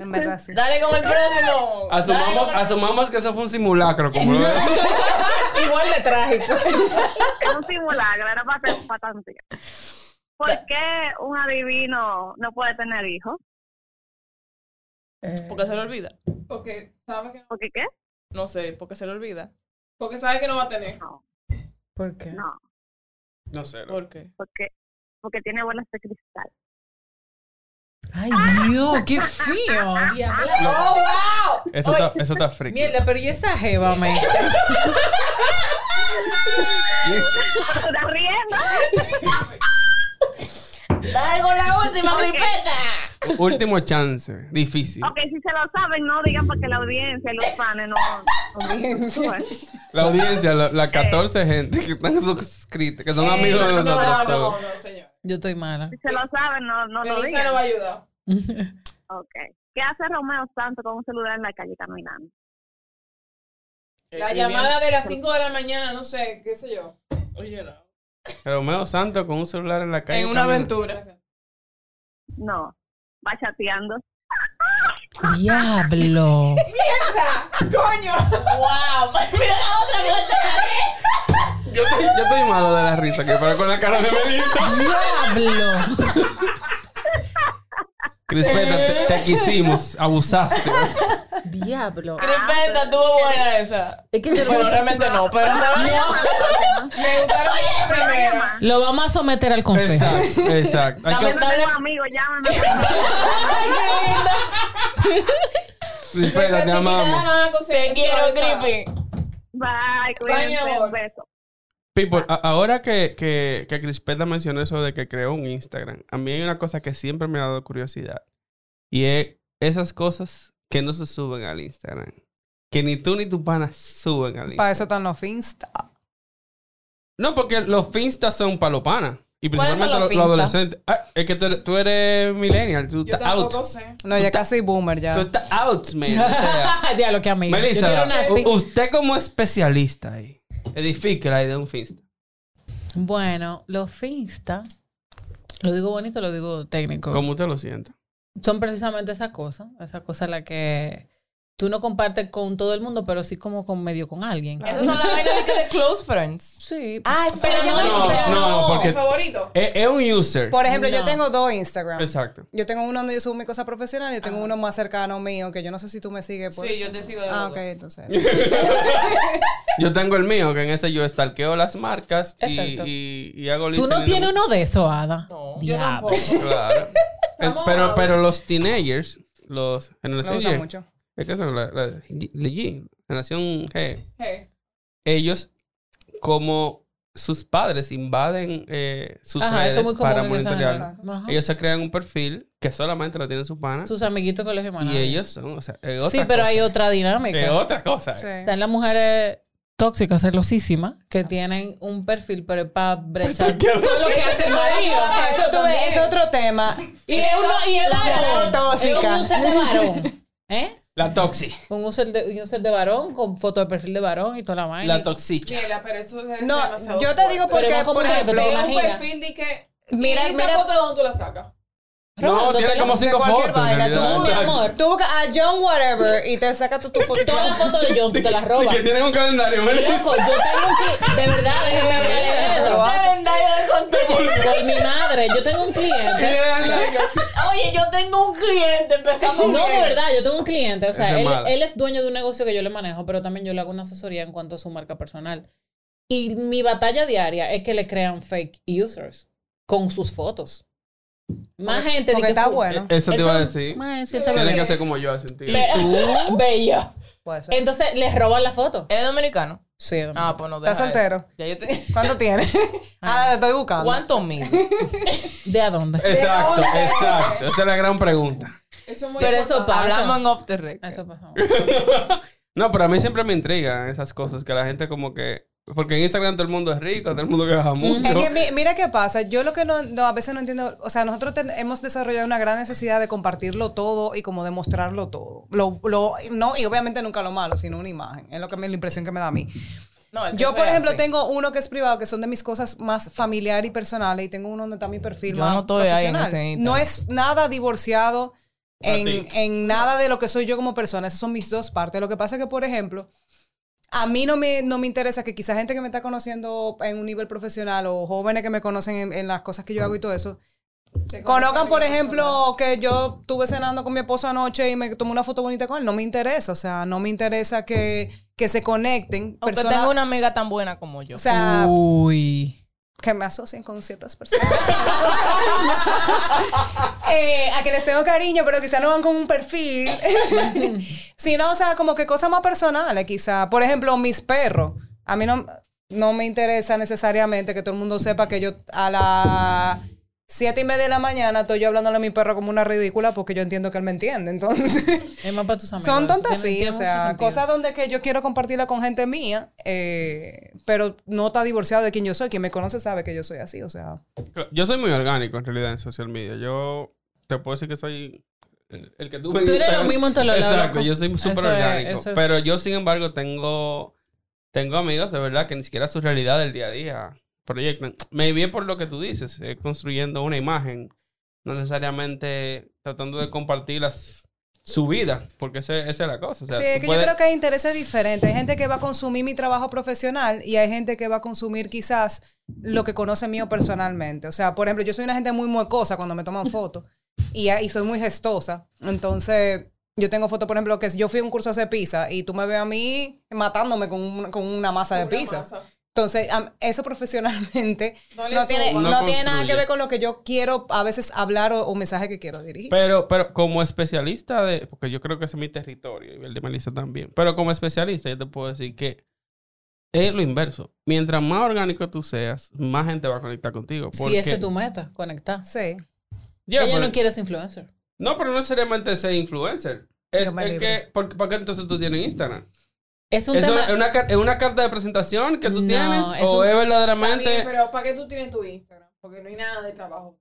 [SPEAKER 5] En verdad, sí.
[SPEAKER 2] Dale con el próximo.
[SPEAKER 3] Asumamos, asumamos que eso fue un simulacro, como lo
[SPEAKER 2] Igual de trágico.
[SPEAKER 7] Es un simulacro. Era para hacer para tantear. ¿Por qué un adivino no puede tener hijos?
[SPEAKER 2] Porque se le olvida.
[SPEAKER 4] Porque sabe que no.
[SPEAKER 7] ¿Por qué qué?
[SPEAKER 2] No sé, porque se le olvida.
[SPEAKER 4] Porque sabe que no va a tener.
[SPEAKER 6] ¿Por qué?
[SPEAKER 7] No,
[SPEAKER 3] No sé.
[SPEAKER 2] ¿Por qué?
[SPEAKER 7] porque, porque tiene bolas de cristal.
[SPEAKER 6] Ay, Dios, qué feo.
[SPEAKER 3] Eso está, eso está friki.
[SPEAKER 6] Mierda, pero ¿y esa jeva, me?
[SPEAKER 7] ¿Tú estás riendo?
[SPEAKER 2] Dale con la última, Crispeta.
[SPEAKER 3] Último chance. Difícil.
[SPEAKER 7] Ok, si se lo saben, no digan para que la audiencia y los fans no. Bueno,
[SPEAKER 3] La audiencia, la, la 14 gente que están suscritas, que son amigos de nosotros
[SPEAKER 2] no,
[SPEAKER 3] todos.
[SPEAKER 2] no, no, señor.
[SPEAKER 6] Yo estoy mala.
[SPEAKER 7] si se lo saben, no, no lo
[SPEAKER 2] Melissa no
[SPEAKER 7] digan.
[SPEAKER 2] va a ayudar.
[SPEAKER 7] Ok. ¿Qué hace Romeo Santos con un celular en la calle caminando?
[SPEAKER 2] La llamada de las 5 de la mañana, no sé, qué sé yo. Oye, no.
[SPEAKER 3] Romeo Santos con un celular en la calle.
[SPEAKER 4] En una
[SPEAKER 3] caminando.
[SPEAKER 4] aventura.
[SPEAKER 7] No, va chateando.
[SPEAKER 6] Diablo.
[SPEAKER 2] ¡Coño! ¡Wow! Mira la otra vuelta.
[SPEAKER 3] Yo estoy, yo estoy malo de la risa, que pero con la cara de Melissa.
[SPEAKER 6] Diablo.
[SPEAKER 3] Crispeta, te, te quisimos, abusaste.
[SPEAKER 6] Diablo.
[SPEAKER 2] Crispenta, estuvo buena esa.
[SPEAKER 6] Es que yo
[SPEAKER 2] Bueno,
[SPEAKER 6] lo,
[SPEAKER 2] realmente no, pero estaba Me gustaron las primeras.
[SPEAKER 6] lo vamos a someter al consejo.
[SPEAKER 3] Exacto, exacto. Hay que-
[SPEAKER 7] No tengo amigos, llámame.
[SPEAKER 3] Crispeta, te amamos.
[SPEAKER 2] Te quiero, Crispy.
[SPEAKER 7] Bye,
[SPEAKER 2] Bye, mi
[SPEAKER 7] cuídense.
[SPEAKER 2] amor.
[SPEAKER 7] Un beso.
[SPEAKER 3] People, a- ahora que, que, que Crispeta mencionó eso de que creó un Instagram, a mí hay una cosa que siempre me ha dado curiosidad. Y es esas cosas que no se suben al Instagram. Que ni tú ni tu pana suben al Instagram.
[SPEAKER 5] Para eso están los Insta.
[SPEAKER 3] No, porque los finstas son para los panas. Y
[SPEAKER 2] ¿Cuáles son
[SPEAKER 3] principalmente los,
[SPEAKER 2] los
[SPEAKER 3] los
[SPEAKER 2] finsta?
[SPEAKER 3] adolescentes. Ah, es que tú eres, tú eres millennial. Tú
[SPEAKER 4] Yo
[SPEAKER 3] estás out.
[SPEAKER 4] tampoco sé.
[SPEAKER 5] No, ya casi boomer ya.
[SPEAKER 3] Tú estás out, man. O sea,
[SPEAKER 6] Diablo, qué amigo. yo
[SPEAKER 3] Melissa,
[SPEAKER 6] quiero una
[SPEAKER 2] uh,
[SPEAKER 6] así.
[SPEAKER 3] u- usted como especialista ahí, edifica la idea de un finsta.
[SPEAKER 6] Bueno, los finsta, lo digo bonito, lo digo técnico.
[SPEAKER 3] Como usted lo sienta.
[SPEAKER 6] Son precisamente esas cosas, esas cosas las que tú no compartes con todo el mundo, pero sí como con medio con alguien.
[SPEAKER 2] Esas son las vainas de que de close friends.
[SPEAKER 6] Sí.
[SPEAKER 2] Ah,
[SPEAKER 6] pero yo
[SPEAKER 3] no- pero no, porque-
[SPEAKER 2] favorito.
[SPEAKER 3] Es, es un user.
[SPEAKER 5] Por ejemplo, yo
[SPEAKER 6] No.
[SPEAKER 5] tengo dos Instagram.
[SPEAKER 3] Exacto.
[SPEAKER 5] Yo tengo uno donde yo subo mi cosa profesional y yo tengo
[SPEAKER 6] Ah.
[SPEAKER 5] uno más cercano mío, que yo no sé si tú me sigues por
[SPEAKER 2] Sí,
[SPEAKER 5] eso.
[SPEAKER 2] yo te sigo de
[SPEAKER 5] Ah,
[SPEAKER 2] ah,
[SPEAKER 5] ok, entonces.
[SPEAKER 3] Yo tengo el mío, que en ese yo estalqueo las marcas y,
[SPEAKER 6] Exacto.
[SPEAKER 3] y, y hago
[SPEAKER 6] Tú no
[SPEAKER 3] listening.
[SPEAKER 6] tienes uno de esos, Ada.
[SPEAKER 2] No, yo
[SPEAKER 6] Diablo.
[SPEAKER 2] tampoco.
[SPEAKER 3] Claro. Eh, pero, pero los teenagers, los
[SPEAKER 5] Lo
[SPEAKER 3] generación
[SPEAKER 5] uso
[SPEAKER 3] Y,
[SPEAKER 5] mucho.
[SPEAKER 3] es que son la, la- la G, generación G,
[SPEAKER 2] Hey.
[SPEAKER 3] ellos como sus padres invaden eh, sus
[SPEAKER 6] Ajá,
[SPEAKER 3] redes
[SPEAKER 6] eso es muy común.
[SPEAKER 3] para
[SPEAKER 6] en esa
[SPEAKER 3] monitorear.
[SPEAKER 6] generación. Ajá.
[SPEAKER 3] Ellos se crean un perfil que solamente lo tienen sus panas
[SPEAKER 6] Sus amiguitos con los hermanos.
[SPEAKER 3] y ellos son, o sea, es otra
[SPEAKER 6] Sí, pero
[SPEAKER 3] cosa.
[SPEAKER 6] hay otra
[SPEAKER 3] Es
[SPEAKER 6] dinámica.
[SPEAKER 3] otra cosa.
[SPEAKER 5] Sí.
[SPEAKER 6] Están las mujeres tóxicas, celosísimas, que tienen un perfil, pero es para brechar todo lo que hace el marido.
[SPEAKER 5] Eso tuve, es otro tema.
[SPEAKER 6] Y es uno, y es varón.
[SPEAKER 5] tóxica.
[SPEAKER 6] Es un user de varón. ¿Eh?
[SPEAKER 3] La toxi.
[SPEAKER 6] Un user de, un user de varón con foto de perfil de varón y toda la vaina.
[SPEAKER 3] La toxicha.
[SPEAKER 4] Mira, pero eso debe ser
[SPEAKER 5] No,
[SPEAKER 4] demasiado
[SPEAKER 5] yo te digo
[SPEAKER 6] Pero
[SPEAKER 5] porque,
[SPEAKER 6] no como
[SPEAKER 5] por
[SPEAKER 6] una que te
[SPEAKER 5] ejemplo,
[SPEAKER 4] fuerte. Es un
[SPEAKER 6] Imagina.
[SPEAKER 4] perfil de que.
[SPEAKER 5] Mira,
[SPEAKER 4] Mira, ¿Y
[SPEAKER 5] mira-
[SPEAKER 4] esa foto de dónde tú la sacas?
[SPEAKER 3] No,
[SPEAKER 6] Robando,
[SPEAKER 3] tiene
[SPEAKER 6] te-
[SPEAKER 3] como
[SPEAKER 5] de
[SPEAKER 3] cinco
[SPEAKER 5] cualquier
[SPEAKER 3] fotos. en
[SPEAKER 5] vaina,
[SPEAKER 3] realidad.
[SPEAKER 5] tú,
[SPEAKER 6] Mi
[SPEAKER 3] Exacto.
[SPEAKER 6] amor.
[SPEAKER 5] tú buscas a John Whatever y te sacas tu, tu fotito.
[SPEAKER 6] Todas las fotos de John te las
[SPEAKER 3] Y
[SPEAKER 6] roban.
[SPEAKER 3] que tienen un calendario, ¿verdad?
[SPEAKER 6] Loco, yo tengo un cli- De verdad, déjame hablar de eso. Por mi madre, yo tengo un
[SPEAKER 3] Y le
[SPEAKER 6] cliente.
[SPEAKER 3] dan like.
[SPEAKER 2] Oye, yo tengo un cliente, empezamos
[SPEAKER 6] No, de
[SPEAKER 2] bien.
[SPEAKER 6] verdad, yo tengo un cliente. O
[SPEAKER 3] Esa
[SPEAKER 6] sea,
[SPEAKER 3] es
[SPEAKER 6] él,
[SPEAKER 3] mala.
[SPEAKER 6] él es dueño de un negocio que yo le manejo, pero también yo le hago una asesoría en cuanto a su marca personal. Y mi batalla diaria es que le crean fake users con sus fotos. Más gente.
[SPEAKER 5] Porque
[SPEAKER 6] di que
[SPEAKER 5] está
[SPEAKER 6] fu-
[SPEAKER 5] bueno.
[SPEAKER 3] Eh, Eso
[SPEAKER 6] Él
[SPEAKER 3] te iba a
[SPEAKER 6] sabe-
[SPEAKER 3] decir.
[SPEAKER 6] Más, sí, él sabe
[SPEAKER 3] Tienen que
[SPEAKER 6] ver.
[SPEAKER 3] hacer como yo, así. tío.
[SPEAKER 6] Pero- Bello.
[SPEAKER 5] Puede ser.
[SPEAKER 6] Entonces les roban la foto.
[SPEAKER 2] ¿Eres dominicano?
[SPEAKER 6] Sí, hermano.
[SPEAKER 2] Ah, pues no. deja
[SPEAKER 5] ¿Estás soltero?
[SPEAKER 2] eso. Ya yo te...
[SPEAKER 5] ¿Cuánto tienes? Ah, estoy buscando.
[SPEAKER 2] ¿Cuánto mil?
[SPEAKER 6] ¿de a dónde?
[SPEAKER 3] Exacto, exacto. Esa es la gran pregunta.
[SPEAKER 4] Eso es muy
[SPEAKER 6] Pero eso pasa.
[SPEAKER 2] Hablamos en off the record.
[SPEAKER 6] Ah, Eso pasa.
[SPEAKER 3] No, pero a mí siempre me intrigan esas cosas que la gente como que... Porque en Instagram todo el mundo es rico, todo el mundo viaja mucho.
[SPEAKER 5] Es que mi- mira qué pasa, yo lo que no, no, a veces no entiendo, o sea, nosotros ten- hemos desarrollado una gran necesidad de compartirlo todo y como demostrarlo todo. Lo, lo- no, y obviamente nunca lo malo, sino una imagen, es lo que me, la impresión que me da a mí.
[SPEAKER 2] No, es que
[SPEAKER 5] Yo,
[SPEAKER 2] eso
[SPEAKER 5] por
[SPEAKER 2] es
[SPEAKER 5] ejemplo,
[SPEAKER 2] así.
[SPEAKER 5] tengo uno que es privado, que son de mis cosas más familiares y personales, y tengo uno donde está mi perfil
[SPEAKER 2] Yo
[SPEAKER 5] más
[SPEAKER 2] no estoy ahí en
[SPEAKER 5] profesional.
[SPEAKER 2] ese Instagram.
[SPEAKER 5] No es nada divorciado en,
[SPEAKER 3] ti.
[SPEAKER 5] en nada de lo que soy yo como persona. Esas son mis dos partes. Lo que pasa es que, por ejemplo, a mí no me, no me interesa que quizá gente que me está conociendo en un nivel profesional o jóvenes que me conocen en, en las cosas que yo hago y todo eso, conozcan, por ejemplo, que yo estuve cenando con mi esposo anoche y me tomé una foto bonita con él. No me interesa, o sea, no me interesa que, que se conecten.
[SPEAKER 2] Aunque
[SPEAKER 5] personas-
[SPEAKER 2] tengo una amiga tan buena como yo.
[SPEAKER 5] O sea,
[SPEAKER 6] Uy.
[SPEAKER 5] que me asocien con ciertas personas. Eh, a que les tengo cariño, pero quizá no van con un perfil. sino, o sea, como que cosas más personales, quizá. Por ejemplo, mis perros. A mí no, no me interesa necesariamente que todo el mundo sepa que yo a la Siete y media de la mañana estoy yo hablándole a mi perro como una ridícula porque yo entiendo que él me entiende. Entonces,
[SPEAKER 6] Es más para tus amigos.
[SPEAKER 5] son
[SPEAKER 6] tontas
[SPEAKER 5] tontas, sí. O sea, cosas donde que yo quiero compartirla con gente mía, eh, pero no está divorciado de quien yo soy. Quien me conoce sabe que yo soy así. O sea,
[SPEAKER 3] Yo soy muy orgánico en realidad en social media. Yo te puedo decir que soy el el que tú
[SPEAKER 6] Tú eres lo mismo en todos los lados,
[SPEAKER 3] Exacto,
[SPEAKER 6] loco.
[SPEAKER 3] yo soy súper
[SPEAKER 6] Eso es-
[SPEAKER 3] orgánico.
[SPEAKER 6] eso es-
[SPEAKER 3] Pero yo, sin embargo, tengo, tengo amigos, de verdad, que ni siquiera su realidad del día a día proyectan. Me vi por lo que tú dices, eh, construyendo una imagen, no necesariamente tratando de compartir las, su vida, porque ese- esa es la cosa. O sea,
[SPEAKER 5] sí, es
[SPEAKER 3] tú
[SPEAKER 5] que
[SPEAKER 3] puedes-
[SPEAKER 5] yo creo que hay intereses diferentes. Hay gente que va a consumir mi trabajo profesional y hay gente que va a consumir quizás lo que conoce mío personalmente. O sea, por ejemplo, yo soy una gente muy muecosa cuando me toman fotos y, y soy muy gestosa. Entonces, yo tengo fotos, por ejemplo, que yo fui a un curso de pizza y tú me ves a mí matándome con, un- con una masa de
[SPEAKER 4] Una
[SPEAKER 5] pizza.
[SPEAKER 4] masa.
[SPEAKER 5] Entonces, am- eso profesionalmente
[SPEAKER 4] No
[SPEAKER 5] no,
[SPEAKER 4] le
[SPEAKER 5] tiene,
[SPEAKER 4] suba.
[SPEAKER 5] no
[SPEAKER 3] No
[SPEAKER 5] tiene nada
[SPEAKER 3] construye.
[SPEAKER 5] que ver con lo que yo quiero a veces hablar o, o mensaje que quiero dirigir.
[SPEAKER 3] Pero, pero como especialista de, porque yo creo que ese es mi territorio y el de Melissa también, pero como especialista yo te puedo decir que es lo inverso. Mientras más orgánico tú seas, más gente va a conectar contigo.
[SPEAKER 6] Si
[SPEAKER 3] porque-
[SPEAKER 6] esa es tu meta, conectar.
[SPEAKER 5] Sí.
[SPEAKER 3] Ya,
[SPEAKER 6] Ella
[SPEAKER 3] pero-
[SPEAKER 6] no quiere ser influencer.
[SPEAKER 3] no, pero no necesariamente ser influencer. Es,
[SPEAKER 5] Yo me
[SPEAKER 3] es
[SPEAKER 5] libro.
[SPEAKER 3] que, porque, ¿para qué entonces tú tienes Instagram?
[SPEAKER 6] Es un
[SPEAKER 3] ¿Eso
[SPEAKER 6] tema.
[SPEAKER 3] es, una, car- es una carta de presentación que tú
[SPEAKER 6] No,
[SPEAKER 3] tienes?
[SPEAKER 6] es
[SPEAKER 3] ¿O
[SPEAKER 6] un-
[SPEAKER 3] es
[SPEAKER 4] Está
[SPEAKER 3] verdaderamente...?
[SPEAKER 4] bien,
[SPEAKER 3] pero...
[SPEAKER 4] pero ¿para qué tú tienes tu Instagram? Porque no hay nada de trabajo.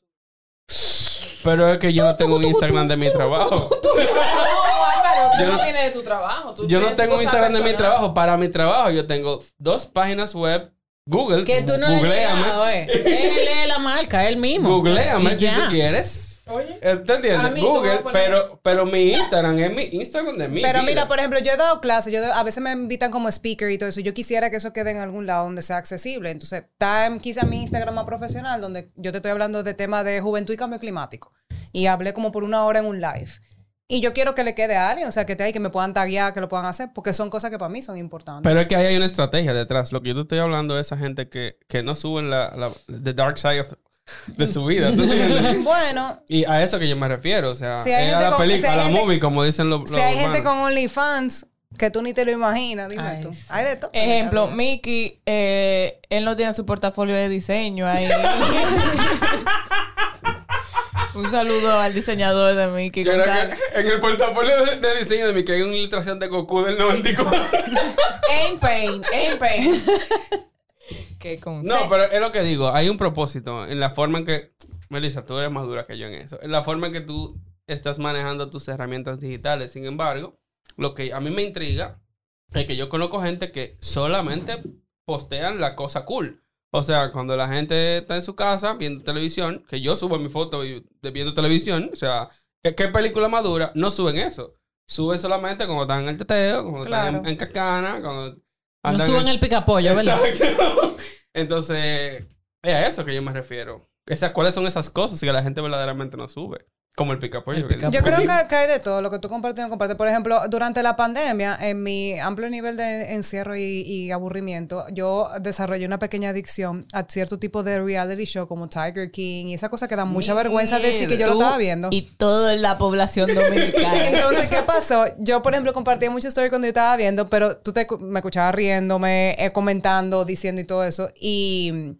[SPEAKER 3] es que yo no tengo un Instagram de mi trabajo.
[SPEAKER 4] No, Álvaro, tú
[SPEAKER 3] Yo
[SPEAKER 4] no,
[SPEAKER 3] no-
[SPEAKER 4] tienes de tu trabajo. tú
[SPEAKER 3] Yo no
[SPEAKER 4] tienes tu
[SPEAKER 3] tengo un
[SPEAKER 4] cosa
[SPEAKER 3] Instagram de mi
[SPEAKER 4] personal.
[SPEAKER 3] trabajo. Para mi trabajo yo tengo dos páginas web. Google.
[SPEAKER 6] Que tú no le
[SPEAKER 3] googléame.
[SPEAKER 6] llegado, eh. Él es la marca, él mismo.
[SPEAKER 3] Googleame
[SPEAKER 6] Y
[SPEAKER 3] si tú
[SPEAKER 6] ya.
[SPEAKER 3] quieres.
[SPEAKER 4] Oye,
[SPEAKER 3] Eh, ¿Te
[SPEAKER 4] A mí
[SPEAKER 3] entiendes?
[SPEAKER 4] tú me
[SPEAKER 3] Google,
[SPEAKER 4] vas a poner-
[SPEAKER 3] pero, pero mi Instagram es mi Instagram de mí.
[SPEAKER 5] Pero mira, por ejemplo, yo he dado clases, yo he dado- a veces me invitan como speaker y todo eso. Yo quisiera que eso quede en algún lado donde sea accesible. Entonces, está en quizá mi Instagram más profesional, donde yo te estoy hablando de temas de juventud y cambio climático. Y hablé como por una hora en un live. Y yo quiero que le quede a alguien, o sea, que te ahí, que me puedan taguear, que lo puedan hacer, porque son cosas que para mí son importantes.
[SPEAKER 3] Pero es que ahí hay una estrategia detrás. Lo que yo te estoy hablando es esa gente que, que no suben la, la the dark side of de su vida. ¿tú entiendes?
[SPEAKER 5] bueno,
[SPEAKER 3] y a eso que yo me refiero. O sea,
[SPEAKER 5] Si hay
[SPEAKER 3] es a
[SPEAKER 5] gente
[SPEAKER 3] la
[SPEAKER 5] con- si
[SPEAKER 3] película,
[SPEAKER 5] hay
[SPEAKER 3] a la
[SPEAKER 5] gente-
[SPEAKER 3] movie, como dicen los.
[SPEAKER 5] si
[SPEAKER 3] los
[SPEAKER 5] hay gente
[SPEAKER 3] humanos.
[SPEAKER 5] con OnlyFans que tú ni te lo imaginas, dime
[SPEAKER 6] Ay,
[SPEAKER 5] tú.
[SPEAKER 6] sí.
[SPEAKER 5] Hay de todo.
[SPEAKER 2] Ejemplo, Mickey, eh, él no tiene su portafolio de diseño ahí. Un saludo al diseñador de Mickey.
[SPEAKER 3] Yo creo
[SPEAKER 2] González.
[SPEAKER 3] que en el portafolio de, de diseño de mí que hay una ilustración de Goku del 94.
[SPEAKER 4] en pain, en pain.
[SPEAKER 2] Que con-
[SPEAKER 3] No, pero es lo que digo, hay un propósito en la forma en que, Melissa, tú eres más dura que yo en eso, en la forma en que tú estás manejando tus herramientas digitales. Sin embargo, lo que a mí me intriga es que yo conozco gente que solamente postean la cosa cool. O sea, cuando la gente está en su casa viendo televisión, que yo subo mi foto y- de viendo televisión, o sea, ¿qué, qué película más dura? No suben eso. Suben solamente cuando están en el teteo, cuando están en,
[SPEAKER 5] Claro.
[SPEAKER 3] en cacana, cuando...
[SPEAKER 6] No
[SPEAKER 3] andan
[SPEAKER 6] suban
[SPEAKER 3] en-
[SPEAKER 6] el picapollo, ¿verdad?
[SPEAKER 3] Exacto. Entonces, es a eso que yo me refiero. Esas, ¿Cuáles son esas cosas que la gente verdaderamente no sube? Como el
[SPEAKER 6] El
[SPEAKER 3] picapollo.
[SPEAKER 6] picapollo.
[SPEAKER 5] Yo creo que, que hay de todo, lo que tú compartes, no compartes. Por ejemplo, durante la pandemia, en mi amplio nivel de encierro y, y aburrimiento, yo desarrollé una pequeña adicción a cierto tipo de reality show como Tiger King y esa cosa que da mucha vergüenza decir que yo lo
[SPEAKER 2] Tú
[SPEAKER 5] estaba viendo.
[SPEAKER 2] Y toda la población dominicana.
[SPEAKER 5] Entonces, ¿qué pasó? Yo, por ejemplo, compartía muchas stories cuando yo estaba viendo, pero tú te, me escuchabas riéndome, eh, comentando, diciendo y todo eso. Y,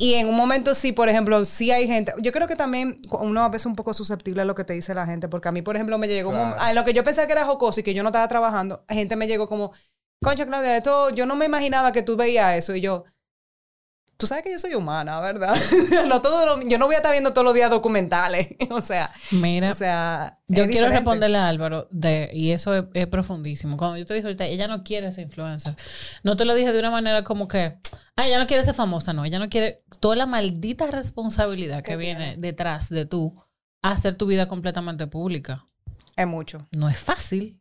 [SPEAKER 5] y en un momento sí, por ejemplo, sí hay gente. Yo creo que también uno a veces es un poco susceptible a lo que te dice la gente, porque a mí, por ejemplo, me llegó... un mom-
[SPEAKER 3] Claro.
[SPEAKER 5] a lo que yo pensaba que era jocoso y que yo no estaba trabajando, gente me llegó como, concha, Claudia, esto, yo no me imaginaba que tú veías eso. Y yo... Tú sabes que yo soy humana, ¿verdad? no todo lo- yo no voy a estar viendo todos los días documentales. o sea,
[SPEAKER 6] Mira,
[SPEAKER 5] o sea,
[SPEAKER 6] yo quiero
[SPEAKER 5] es diferente.
[SPEAKER 6] responderle a Álvaro, de, y eso es, es profundísimo. Cuando yo te dije ahorita, ella no quiere ser influencer. No te lo dije de una manera como que, ah, ella no quiere ser famosa, no. Ella no quiere toda la maldita responsabilidad que viene detrás de tú hacer tu vida completamente pública.
[SPEAKER 5] Es mucho.
[SPEAKER 6] No es fácil.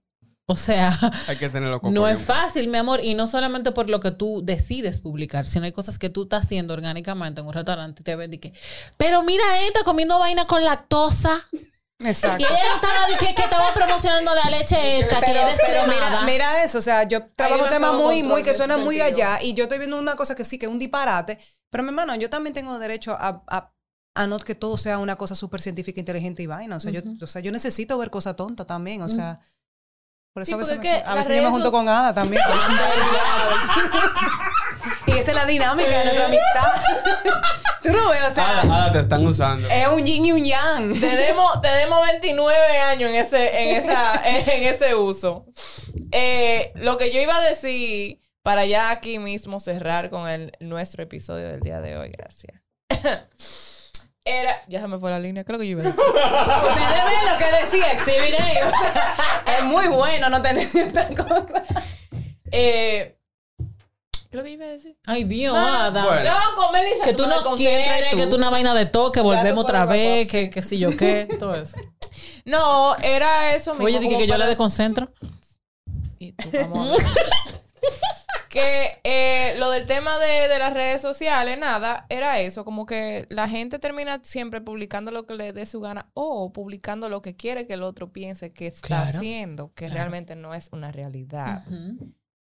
[SPEAKER 6] O sea,
[SPEAKER 3] Hay que tenerlo con
[SPEAKER 6] No es
[SPEAKER 3] coyuntura.
[SPEAKER 6] fácil, mi amor, y no solamente por lo que tú decides publicar, sino hay cosas que tú estás haciendo orgánicamente en un restaurante y te ven y que, pero mira esta comiendo vaina con lactosa. Y
[SPEAKER 5] Exacto.
[SPEAKER 6] ella no estaba de que, que estaba promocionando la leche esa, que eres
[SPEAKER 5] mira, mira eso, o sea, yo trabajo
[SPEAKER 4] un
[SPEAKER 5] temas
[SPEAKER 4] solo
[SPEAKER 5] muy,
[SPEAKER 4] control
[SPEAKER 5] muy que
[SPEAKER 4] en
[SPEAKER 5] suena
[SPEAKER 4] ese
[SPEAKER 5] muy
[SPEAKER 4] sentido.
[SPEAKER 5] allá y yo estoy viendo una cosa que sí, que es un disparate, pero mi hermano, yo también tengo derecho a, a, a no que todo sea una cosa súper científica, inteligente y vaina, o sea, yo, o sea, yo necesito ver cosas tontas también, o sea, por eso
[SPEAKER 6] Sí,
[SPEAKER 5] a veces,
[SPEAKER 6] porque
[SPEAKER 5] me-
[SPEAKER 6] es que
[SPEAKER 5] a
[SPEAKER 6] las
[SPEAKER 5] veces yo me
[SPEAKER 6] redes
[SPEAKER 5] junto
[SPEAKER 6] soci-
[SPEAKER 5] con Ada también. Y esa es la dinámica de nuestra amistad. Tú no ves, o sea,
[SPEAKER 3] Ada, Ada, Ah, te están usando.
[SPEAKER 5] es un yin y un yang.
[SPEAKER 2] Tenemos, tenemos 29 años en ese, en esa, en ese uso. Eh, lo que yo iba a decir, para ya aquí mismo cerrar con el, nuestro episodio del día de hoy, gracias. Era, ya se me fue la línea, creo que yo iba a decir.
[SPEAKER 5] Ustedes ven lo que decía Exhibit A. O sea, es muy bueno no tener ciertas cosas.
[SPEAKER 2] Eh, creo que iba a decir.
[SPEAKER 6] Ay, Dios, Ada.
[SPEAKER 3] Bueno.
[SPEAKER 2] Loco, Melissa,
[SPEAKER 6] Que tú
[SPEAKER 2] me
[SPEAKER 6] nos
[SPEAKER 2] desconcentras y
[SPEAKER 6] quieres,
[SPEAKER 2] tú.
[SPEAKER 6] que tú una vaina de toque, volvemos otra
[SPEAKER 5] pones la
[SPEAKER 6] vez, que, que si yo qué, todo eso.
[SPEAKER 2] No, era eso mismo.
[SPEAKER 6] Oye, dije
[SPEAKER 2] como
[SPEAKER 6] que yo la
[SPEAKER 2] para-
[SPEAKER 6] desconcentro.
[SPEAKER 2] Y tú, vamos a ver. que eh, lo del tema de, de las redes sociales, nada, era eso, como que la gente termina siempre publicando lo que le dé su gana o publicando lo que quiere que el otro piense que está
[SPEAKER 6] Claro.
[SPEAKER 2] haciendo, que
[SPEAKER 6] Claro.
[SPEAKER 2] realmente no es una realidad.
[SPEAKER 6] Ujú.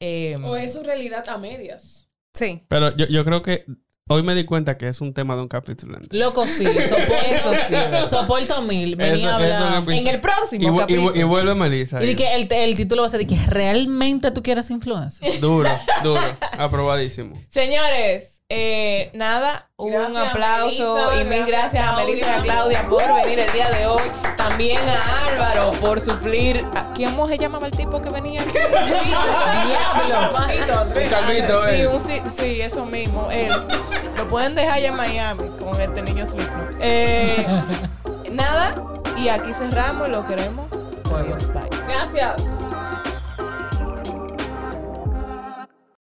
[SPEAKER 2] Em,
[SPEAKER 4] O es su realidad a medias.
[SPEAKER 5] Sí.
[SPEAKER 3] Pero yo, yo creo que hoy me di cuenta que es un tema de un capítulo. entero.
[SPEAKER 6] Loco, sí, soporto, soporto mil. Venía a
[SPEAKER 3] Eso- eso
[SPEAKER 6] hablar.
[SPEAKER 3] me
[SPEAKER 2] en el
[SPEAKER 3] Y,
[SPEAKER 2] próximo
[SPEAKER 3] vu- y vu-
[SPEAKER 2] capítulo.
[SPEAKER 3] y vuelve Melissa.
[SPEAKER 6] Y
[SPEAKER 3] ahí.
[SPEAKER 6] di que el, el título va a ser de que realmente tú quieres influencer.
[SPEAKER 3] Duro, duro. Aprobadísimo.
[SPEAKER 2] Señores, eh, nada, un
[SPEAKER 4] Gracias,
[SPEAKER 2] aplauso
[SPEAKER 4] Melissa,
[SPEAKER 2] y mil
[SPEAKER 4] gracias,
[SPEAKER 2] gracias a Melissa y a Claudia por venir el día de hoy. También a Álvaro por suplir. ¿a- ¿Quién mo- se llamaba el tipo que venía aquí?
[SPEAKER 6] Diablo.
[SPEAKER 2] Un
[SPEAKER 3] calvito,
[SPEAKER 2] Sí,
[SPEAKER 3] eh.
[SPEAKER 2] un sí, sí, eso mismo. Él. Lo pueden dejar allá en Miami con este niño Slipknot. Eh, nada, y aquí cerramos, lo queremos. Adiós, bye.
[SPEAKER 4] Gracias.